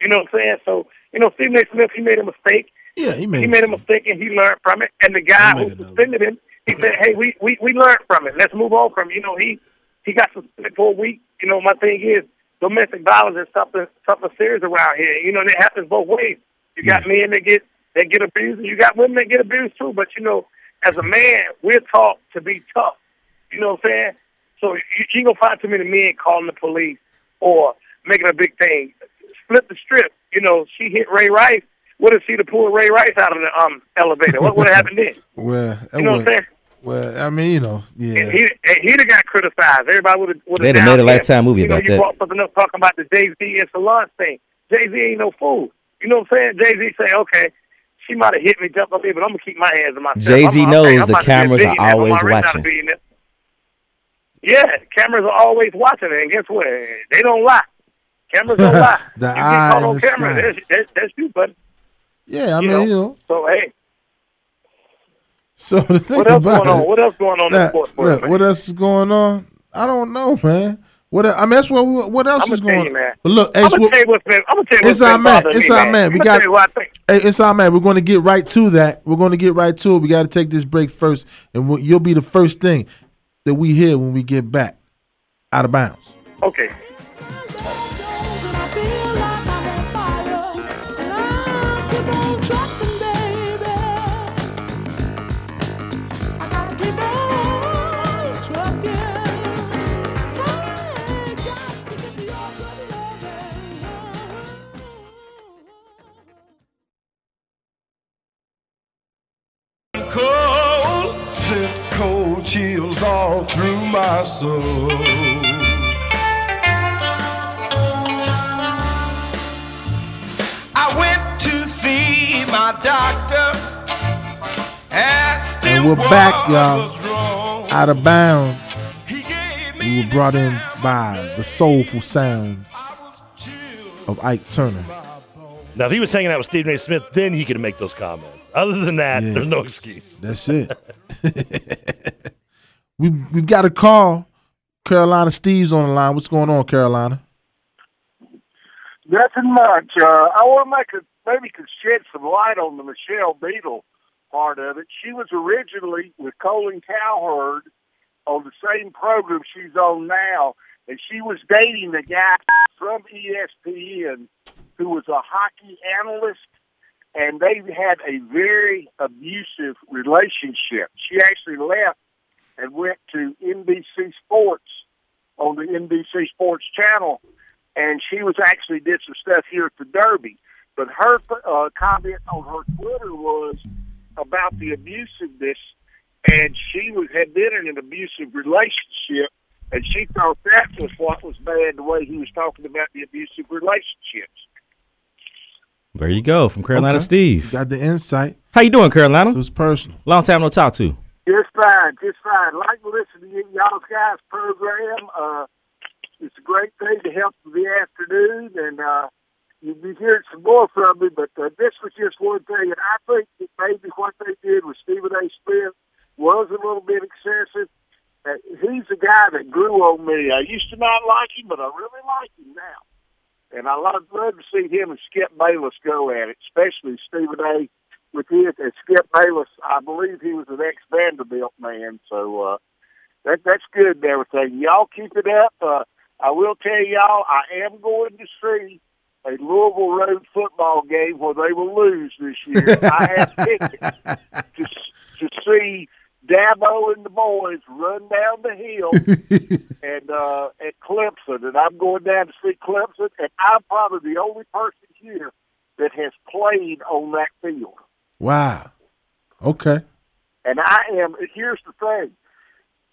S6: You know what I'm saying? So, you know, Stephen A. Smith, he made a mistake.
S1: Yeah, he made.
S6: He made a mistake and he learned from it. And the guy
S1: He made
S6: who
S1: another.
S6: suspended him, he said, hey, we, we, we learned from it. Let's move on from it. You know, he, he got suspended for a week. You know, my thing is domestic violence is something, something serious around here. You know, and it happens both ways. You got men that get, that get abused and you got women that get abused too. But, you know, as a man, we're taught to be tough. You know what I'm saying? So you, you ain't gonna find too many men calling the police or making a big thing. Split the strip. You know, she hit Ray Rice. What if she'd have pulled Ray Rice out of the um elevator? What would have happened then?
S1: Well, that
S6: You know what I'm
S1: was-
S6: saying?
S1: well, I mean, you know, yeah.
S6: And he and he'd have got criticized. Everybody would have would
S3: They'd have made a Lifetime movie
S6: you know,
S3: about
S6: you
S3: that.
S6: brought something up talking about the Jay Z and Solange thing. Jay Z ain't no fool. You know what I'm saying? Jay Z say, okay. She might have hit me, jump up here, but I'm gonna keep my hands to myself.
S3: Jay-Z
S6: I'm- I'm-
S3: knows the
S6: I'm about to be a
S3: cameras are
S6: billionaire. I'm
S3: always
S6: already not a
S3: watching.
S6: billionaire. Yeah, cameras are always watching, and guess what? They don't lie.
S3: [LAUGHS]
S6: Cameras don't lie.
S1: The
S6: you get
S1: eye
S6: caught
S1: in
S6: on
S1: the
S6: camera,
S1: sky.
S6: that's, that's, that's you, buddy.
S1: yeah, I
S6: you
S1: mean,
S6: know.
S1: you know.
S6: So hey,
S1: So the thing
S6: what else
S1: about
S6: going on?
S1: it-
S6: What else going on in
S1: Nah,
S6: sports
S1: look,
S6: world? man?
S1: what else is going on? I don't know, man. What I mean, that's what what else
S6: I'ma
S1: is
S6: tell
S1: going
S6: you,
S1: on?
S6: man.
S1: But look, Ace,
S6: I'm gonna
S1: what-
S6: tell you what's been. I'm gonna tell you
S1: It's
S6: what's
S1: our
S6: been
S1: man.
S6: bothering
S1: It's
S6: me,
S1: our
S6: man.
S1: man. We
S6: I'ma
S1: got-
S6: tell you what I think.
S1: Hey, it's all man. We're going to get right to that. We're going to get right to it. We got to take this break first, and we you'll be the first thing that we hear when we get back out of bounds.
S6: Okay.
S5: It's my love days and I feel like I'm on fire. And I keep on trucking, baby. I gotta keep on trucking. I got to get your good loving.
S7: cold, sent cold chills all through my soul. I went to see my doctor. Asked
S1: And
S7: him
S1: we're
S7: what
S1: back, y'all.
S7: was wrong.
S1: Out of bounds.
S7: He gave me
S1: We were brought in by the soulful sounds of Ike Turner.
S2: Now, if he was hanging out with Stephen A. Smith, then he could make those comments. Other than that,
S1: Yeah.
S2: there's no excuse.
S1: That's it. [LAUGHS] we we've got a call. Carolina Steve's on the line. What's going on, Carolina?
S6: Nothing much. Uh, I want to make a, maybe could shed some light on the Michelle Beadle part of it. She was originally with Colin Cowherd on the same program she's on now, and she was dating the guy from E ESPN who was a hockey analyst, and they had a very abusive relationship. She actually left and went to NBC Sports on the NBC Sports channel and she was actually did some stuff here at the Derby. But her uh, comment on her Twitter was about the abusiveness, and she was had been in an abusive relationship, and she thought that was what was bad the way he was talking about the abusive relationships.
S3: There you go from Carolina
S1: Okay.
S3: Steve.
S1: Got the insight.
S3: How you doing,
S1: So
S3: Carolina?
S1: it's personal.
S3: Long time no talk to.
S6: Just fine, just fine. Like to listen to y- y'all's guys' program. Uh, it's a great thing to help the afternoon, and uh, you'll be hearing some more from me. But uh, this was just one thing, and I think that maybe what they did with Stephen A. Smith was a little bit excessive. Uh, he's a guy that grew on me. I used to not like him, but I really like him now. And I love, love to see him and Skip Bayless go at it, especially Stephen A with his and Skip Bayless. I believe he was an ex Vanderbilt man, so uh, that that's good and everything. Y'all keep it up. Uh, I will tell y'all, I am going to see a Louisville Road football game where they will lose this year. I have tickets to, s- to see Dabo and the boys run down the hill and uh, at Clemson, and I'm going down to see Clemson, and I'm probably the only person here that has played on that field.
S1: Wow. Okay.
S6: And I am. Here's the thing.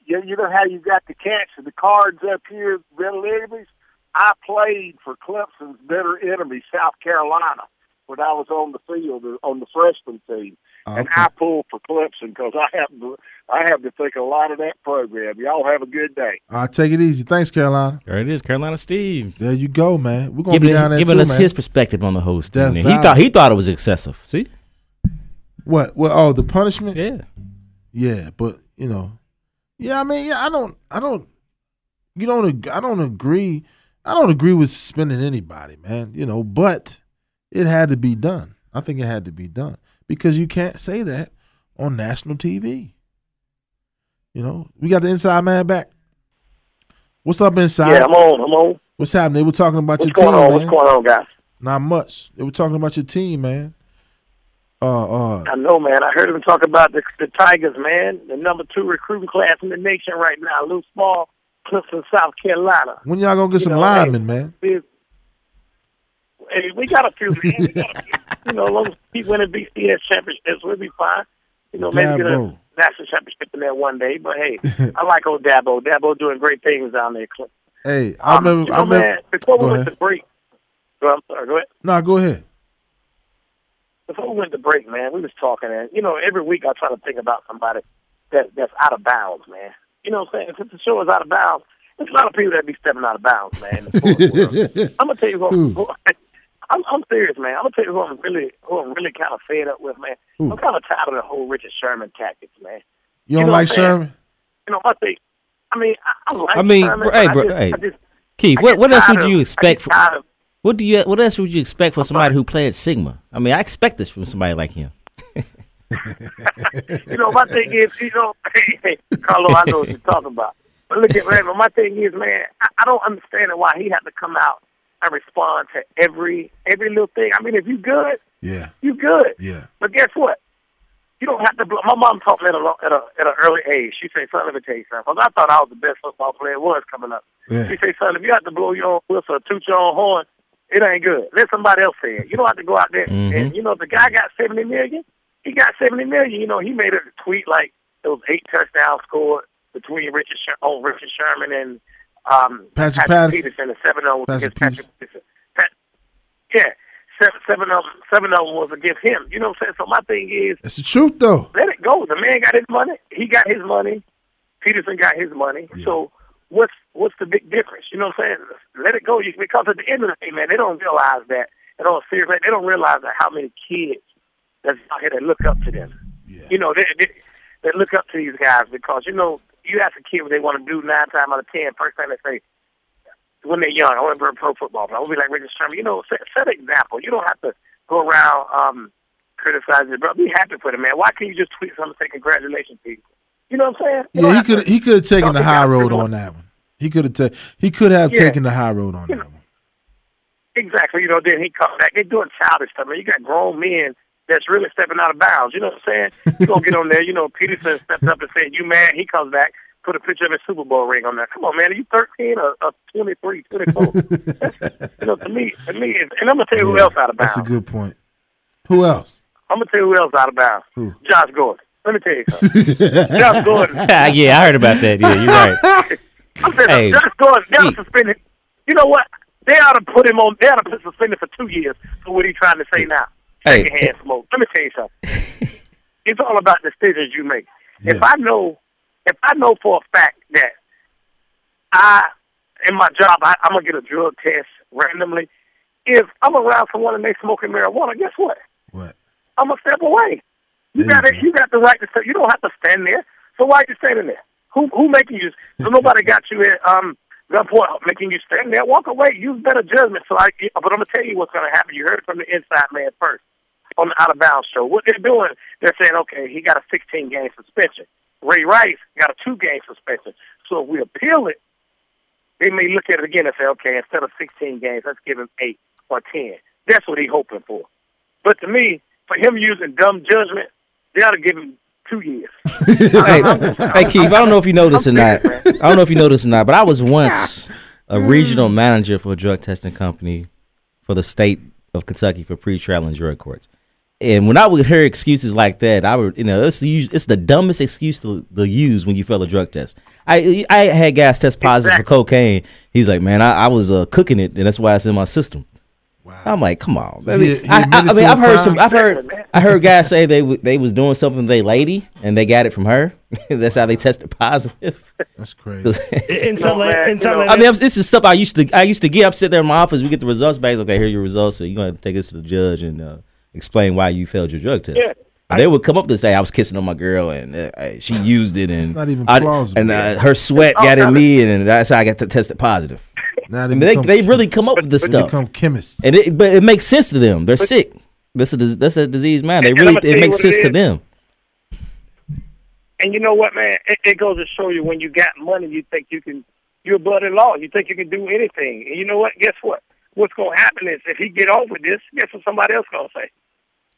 S6: You, you know how you got the cats and the cards up here, middle enemies. I played for Clemson's bitter enemy, South Carolina, when I was on the field uh, on the freshman team,
S1: Okay.
S6: and I pulled for Clemson because I happen to I happen to think a lot of that program. Y'all have a good day.
S1: All right, take it easy. Thanks, Carolina.
S3: There it is, Carolina Steve.
S1: There you go, man. We're gonna
S3: Giving,
S1: be down there
S3: giving
S1: too,
S3: us
S1: man.
S3: his perspective on the whole
S1: That's
S3: thing. He
S1: valid.
S3: thought he thought it was excessive. See?
S1: what? Well, oh, the punishment. Yeah.
S3: Yeah.
S1: but you know, yeah. I mean, yeah, I don't, I don't, you don't, ag- I don't agree. I don't agree with suspending anybody, man. You know, but it had to be done. I think it had to be done because you can't say that on national TV. You know, we got the inside man back. What's up, inside?
S6: Yeah, I'm on. I'm on.
S1: What's happening? They were talking about
S6: What's
S1: your team,
S6: going on?
S1: man.
S6: What's going on, guys?
S1: Not much. They were talking about your team, man. Uh, uh,
S6: I know, man. I heard him talk about the, the Tigers, man. The number two recruiting class in the nation right now. Lou Small, Clifton, South Carolina.
S1: when y'all gonna get some
S6: know,
S1: linemen, man?
S6: Biz- Hey, we got a few, man. We
S1: [LAUGHS]
S6: got a few. you know, as long as we win a BCS championships, we'll be fine. You know, maybe get a
S1: Dabo.
S6: national championship in there one day. But hey, I like old Dabo. Dabo doing great things down there. Cliff.
S1: Hey, I
S6: Um,
S1: remember.
S6: you
S1: I
S6: know,
S1: remember.
S6: man, before we
S1: Go
S6: went
S1: ahead.
S6: to break, well, I'm sorry, go ahead.
S1: Nah, go
S3: [LAUGHS]
S1: ahead.
S6: before we went to break, man, we was talking, and you know, every week I try to think about somebody that that's out of bounds, man. You know what I'm saying? Since the show is out of bounds, there's a lot of people that be stepping out of bounds, man. in the sports world. I'm gonna tell you
S3: Hmm.
S6: who, who [LAUGHS] I'm, I'm serious, man. I'm gonna tell you who I'm really, who I'm really kind of fed up with, man.
S1: Who?
S3: Hmm.
S6: I'm kind of tired of the whole Richard Sherman tactics, man.
S1: You don't
S6: know what
S1: like
S6: I'm saying?
S1: Sherman?
S6: You know, I think, I mean, I, I like.
S3: I mean,
S6: Sherman,
S3: bro- hey,
S6: but I
S3: bro-
S6: just-
S3: hey.
S6: I just-
S3: Keith,
S6: I
S3: what,
S6: get
S3: what else
S6: tired
S3: would
S6: of-
S3: you
S6: I
S3: expect?
S6: get tired of-
S3: What do you? What else would you expect from somebody who played Sigma? I mean, I expect this from somebody like him.
S6: you know, my thing is, you know, [LAUGHS] Carlo, I know what you're talking about. But look at man, but my thing is, man, I, I don't understand why he had to come out and respond to every every little thing. I mean, if you good,
S1: Yeah,
S6: you good.
S1: yeah.
S6: But guess what? You don't have to. Blow. My mom taught me at a lo- at a at an early age. She said, "Son, let me tell you something." 'Cause I thought I was the best football player was coming up.
S1: Yeah.
S6: She said, "Son, if you have to blow your own whistle or toot your own horn, it ain't good. Let somebody else say it. You don't have to go out there
S1: Mm-hmm.
S6: and you know if the guy got seventy million. He got seventy million. You know he made a tweet like it was eight touchdowns scored between Richard Sher- on Richard Sherman and um,
S1: Patrick Patterson.
S6: Peterson and seven of them was
S1: Patrick
S6: against Patrick Peterson. Pat, yeah, seven, seven of them, seven of them was against him. You know what I'm saying? So my thing is,
S1: That's the truth, though.
S6: let it go. The man got his money. He got his money. Peterson got his money. So what's what's the big difference? You know what I'm saying? Let it go. You, because at the end of the day, man, they don't realize that. They don't seriously. They don't realize that how many kids that's out here that look up to them.
S1: Yeah.
S6: You know, they, they they look up to these guys because you know you ask a kid what they want to do nine times out of ten. First thing they say when they're young, I want to be a pro football player. I want to be like Richard Sherman. You know, set, set an example. You don't have to go around um, criticizing, bro. Be happy for the man. Why can't you just tweet something and say congratulations, people? You know what I'm saying? You
S1: Yeah,
S6: don't
S1: he
S6: have to-
S1: could he could have taken
S6: Don't
S1: the
S6: think
S1: high
S6: I
S1: road
S6: really
S1: on
S6: want-
S1: that one. He could have ta- he could have
S6: Yeah.
S1: taken the high road on that one.
S6: Exactly. You know, then he comes back. They're doing childish stuff. Man, you got grown men that's really stepping out of bounds. You know what I'm saying? You gonna get on there. You know, Peterson stepped up and said, "You mad?" He comes back, put a picture of his Super Bowl ring on there. Come on, man. Are you 13 or, or 23,
S1: [LAUGHS]
S6: 24? That's- you know, to me, to me, it's- and I'm gonna tell you who
S1: Yeah,
S6: else out of bounds.
S1: That's a good point. Who else?
S6: I'm gonna tell you who else out of bounds.
S1: Who?
S6: Josh Gordon. Let me tell you something.
S1: [LAUGHS]
S6: Josh Gordon.
S3: [LAUGHS] yeah, I heard about that. Yeah, you're right.
S6: I'm saying
S3: Hey.
S6: Josh Gordon. They ought
S3: He-
S6: to suspend him. You know what? They ought to put him on. They ought to put suspended for two years for what he's trying to say now.
S3: Hey.
S6: Shake your hand, smoke. Let me tell you something.
S3: [LAUGHS]
S6: it's all about decisions you make. If
S1: Yeah.
S6: I know, if I know for a fact that I, in my job, I, I'm gonna get a drug test randomly. If I'm around someone and they smoking marijuana, guess what?
S1: What?
S6: I'm gonna step away. You
S1: There you
S6: got it.
S1: go.
S6: You got the right to step. You don't have to stand there. So why are you standing there? Who who making you? So nobody got you at um gunpoint making you stand there. Walk away. Use better judgment. So I. But I'm gonna tell you what's gonna happen. You heard it from the inside man first on the out of bounds show. What they're doing, they're saying, okay, he got a 16 game suspension. Ray Rice got a two game suspension. So if we appeal it, they may look at it again and say, okay, instead of 16 games, let's give him eight or ten. That's what he hoping for. But to me, for him using dumb judgment, they ought to give him two years.
S3: hey, [LAUGHS] hey, Keith, I don't know if you know this or not. I don't know if you know this or not, but I was once a regional manager for a drug testing company for the state of Kentucky for pre-trial and drug courts. And when I would hear excuses like that, I would, you know, it's the, us- it's the dumbest excuse to, to use when you fail a drug test. I I had guys test positive for cocaine. He's like, man, I, I was uh, cooking it, and that's why it's in my system. I'm like, come on. I
S1: he-
S3: mean,
S1: he
S3: I, I, I
S1: admitted
S3: mean
S1: to a
S3: I've heard some.
S1: crime?
S3: I've heard. I heard guys say they w- they was doing something they lady and they got it from her. [LAUGHS] That's how they tested positive. [LAUGHS]
S1: That's crazy.
S2: In some,
S6: No,
S2: la-
S6: man,
S2: in some
S6: you know-
S2: la-
S3: I mean, I'm- this is stuff I used to. I used to get. I'm sitting there in my office. We get the results back. Okay, here are your results. So you're gonna have to take this to the judge and uh, explain why you failed your drug test.
S6: Yeah.
S3: And they would come up to say I was kissing on my girl and uh, I- she used it and
S1: not even
S3: I-
S1: plausible.
S3: and uh, her sweat got in me and that's how I got to tested positive.
S1: Now
S3: I mean, they, they really come up with this
S1: they
S3: stuff.
S1: become chemists.
S3: And it, but it makes sense to them. They're sick. That's a dis- that's a disease, man. They
S6: And
S3: really
S6: I'ma tell
S3: it
S6: you
S3: makes
S6: what it
S3: sense to
S6: is.
S3: them.
S6: And you know what, man? It, it goes to show you when you got money, you think you can. You're above the law. You think you can do anything. And you know what? Guess what? What's going to happen is if he get off with this, guess what somebody else going to say?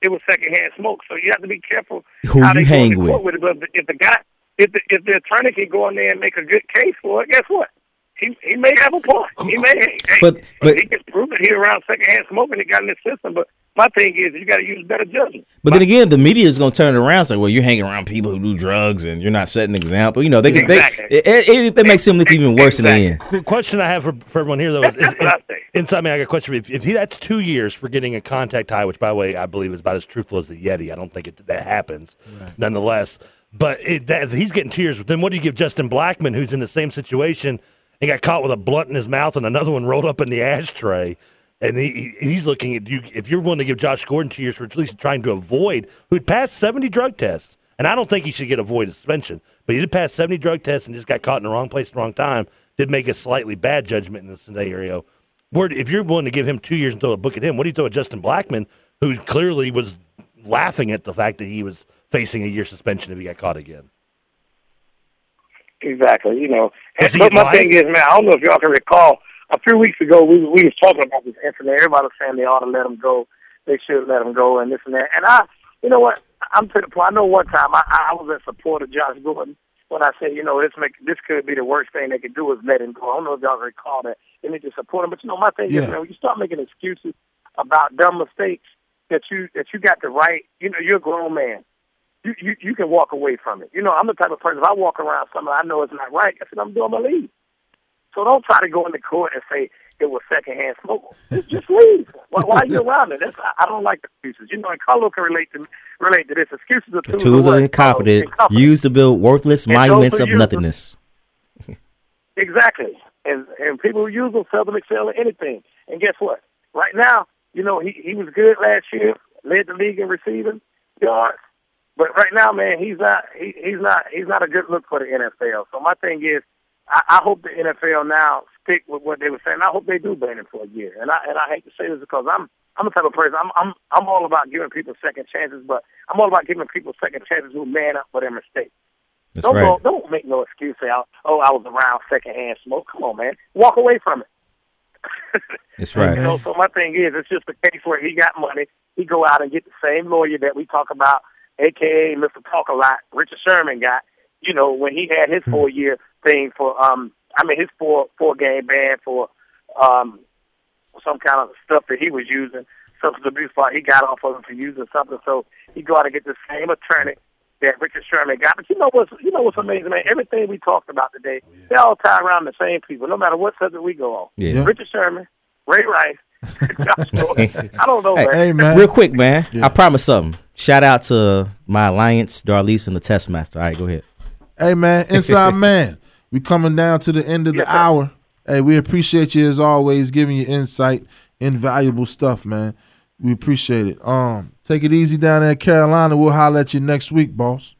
S6: It was secondhand smoke. So you have to be careful
S3: Who
S6: how
S3: you
S6: they go
S3: hang
S6: into
S3: with.
S6: court with it. But if the- if the guy, if the, if the attorney can go in there and make a good case for it, guess what? He he may have a point. He may. Hey,
S3: But-
S6: if
S3: but-
S6: he can prove that he around secondhand smoke and it got in the system. But my thing is, you got to use better judgment.
S3: But then again, the media is going to turn it around. It's like, well, you're hanging around people who do drugs and you're not setting an example. You know, they, can they
S6: Exactly.
S3: it, it, it makes them look even worse in the end.
S2: Qu- question I have for, for everyone here though is, is,
S6: That's what I say.
S2: inside me. I got a question. If, if he, that's two years for getting a contact high, which by the way I believe is about as truthful as the Yeti. I don't think it, that happens, nonetheless. But it, that, he's getting two years. Then what do you give Justin Blackman, who's in the same situation and got caught with a blunt in his mouth and another one rolled up in the ashtray? And he, he- he's looking at you. If you're willing to give Josh Gordon two years for at least trying to avoid, who'd passed 70 drug tests, and I don't think he should get a void suspension, but he did pass 70 drug tests and just got caught in the wrong place at the wrong time. Did make a slightly bad judgment in this scenario. Where if you're willing to give him two years and throw a book at him, what do you throw at Justin Blackman, who clearly was laughing at the fact that he was facing a year suspension if he got caught again?
S6: Exactly. You know,
S2: Does he
S6: but
S2: get
S6: my
S2: life?
S6: thing is, man, I don't know if y'all can recall. A few weeks ago, we we was talking about this incident. Everybody was saying they ought to let him go. They should let him go, and this and that. And I, you know what? I'm to the point. I know one time I, I was in support of Josh Gordon when I said, you know, this make this could be the worst thing they could do is let him go. I don't know if y'all can recall that. They need to support him, but you know, my thing
S1: Yeah.
S6: is, man, when you start making excuses about dumb mistakes that you that you got the right. You know, you're a grown man you, you you can walk away from it. You know, I'm the type of person if I walk around something I know it's not right, I said I'm doing my leave. So don't try to go into court and say it was secondhand smoke. Just, just leave. Why, why are you around it? That's I, I don't like excuses. You know, and Carlo can relate to relate to this. Excuses are tools,
S3: Tools
S6: of
S3: are
S6: what?
S3: incompetent,
S6: Incompetence.
S3: used to build worthless
S6: And those
S3: monuments
S6: who
S3: of
S6: use them-
S3: nothingness.
S6: Exactly. And and people who use them seldom excel at anything. And guess what? Right now, you know, he, he was good last year, led the league in receiving yards. But right now, man, he's not he, he's not he's not a good look for the NFL. So my thing is I, I hope the NFL now stick with what they were saying. I hope they do ban him for a year. And I and I hate to say this because I'm I'm the type of person I'm I'm I'm all about giving people second chances, but I'm all about giving people second chances who man up for their mistakes.
S3: That's
S6: Don't
S3: right.
S6: go, don't make no excuse out. Oh, I was around secondhand smoke. Come on, man, walk away from it.
S3: That's
S6: You
S3: right.
S6: know, so my thing is, it's just a case where he got money. He go out and get the same lawyer that we talk about, aka Mr. Talk a Lot, Richard Sherman got. You know, when he had his four year thing for, um, I mean, his four four game ban for um, some kind of stuff that he was using, substance abuse law. He got off of it for using something. So he go out and get the same attorney that Richard Sherman got. But you know what's you know what's amazing, man? Everything we talked about today, they all tie around the same people, no matter what subject we go on.
S3: Yeah.
S6: Richard Sherman, Ray
S3: [LAUGHS]
S6: Rice. Josh Gordon. I don't know,
S3: Hey,
S6: man.
S1: hey man,
S3: Real quick, man.
S1: Yeah.
S3: I promise something. Shout out to my alliance, Darlise, and the Test Master. All right, go ahead.
S1: Hey
S6: [LAUGHS]
S1: man, inside man. We coming down to the end of the
S6: Yes, sir.
S1: hour. Hey, we appreciate you as always giving you insight, invaluable stuff, man. We appreciate it. Um, take it easy down there in Carolina. We'll holler at you next week, boss.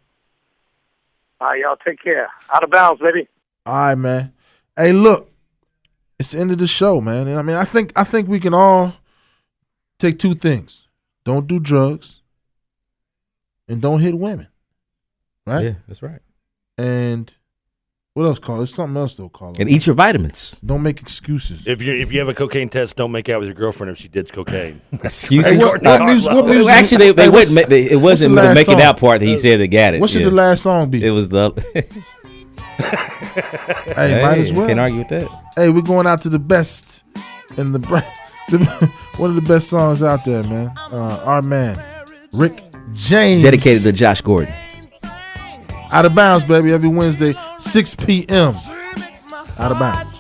S6: All right, y'all take care. Out of bounds, baby.
S1: All right, man. Hey, look, it's the end of the show, man. And I mean, I think I think we can all take two things: don't do drugs, and don't hit women, right?
S3: that's right.
S1: And What else, Carl? There's something else though, Carl.
S3: and eat your
S6: [LAUGHS]
S3: vitamins.
S1: Don't make excuses.
S2: If you if you have a cocaine test, don't make out with your girlfriend if she did cocaine.
S3: Excuses.
S1: what-
S3: Uh,
S1: what music- what music-
S3: actually, they, they
S1: Hey, what's-
S3: wouldn't. Make, they, it wasn't
S1: the
S3: the
S1: last
S3: making
S1: song?
S3: out part that he said that got it.
S1: what should
S3: yeah.
S1: the last song be?
S3: It was the. [LAUGHS]
S1: hey, might as
S3: Hey,
S1: well.
S3: Can't argue with that.
S1: Hey, we're going out to the best and the, br- [LAUGHS] the one of the best songs out there, man. Uh, our man, Rick James.
S3: Dedicated to Josh Gordon.
S1: Out of Bounds, baby, every Wednesday, 6 p.m. Out of Bounds.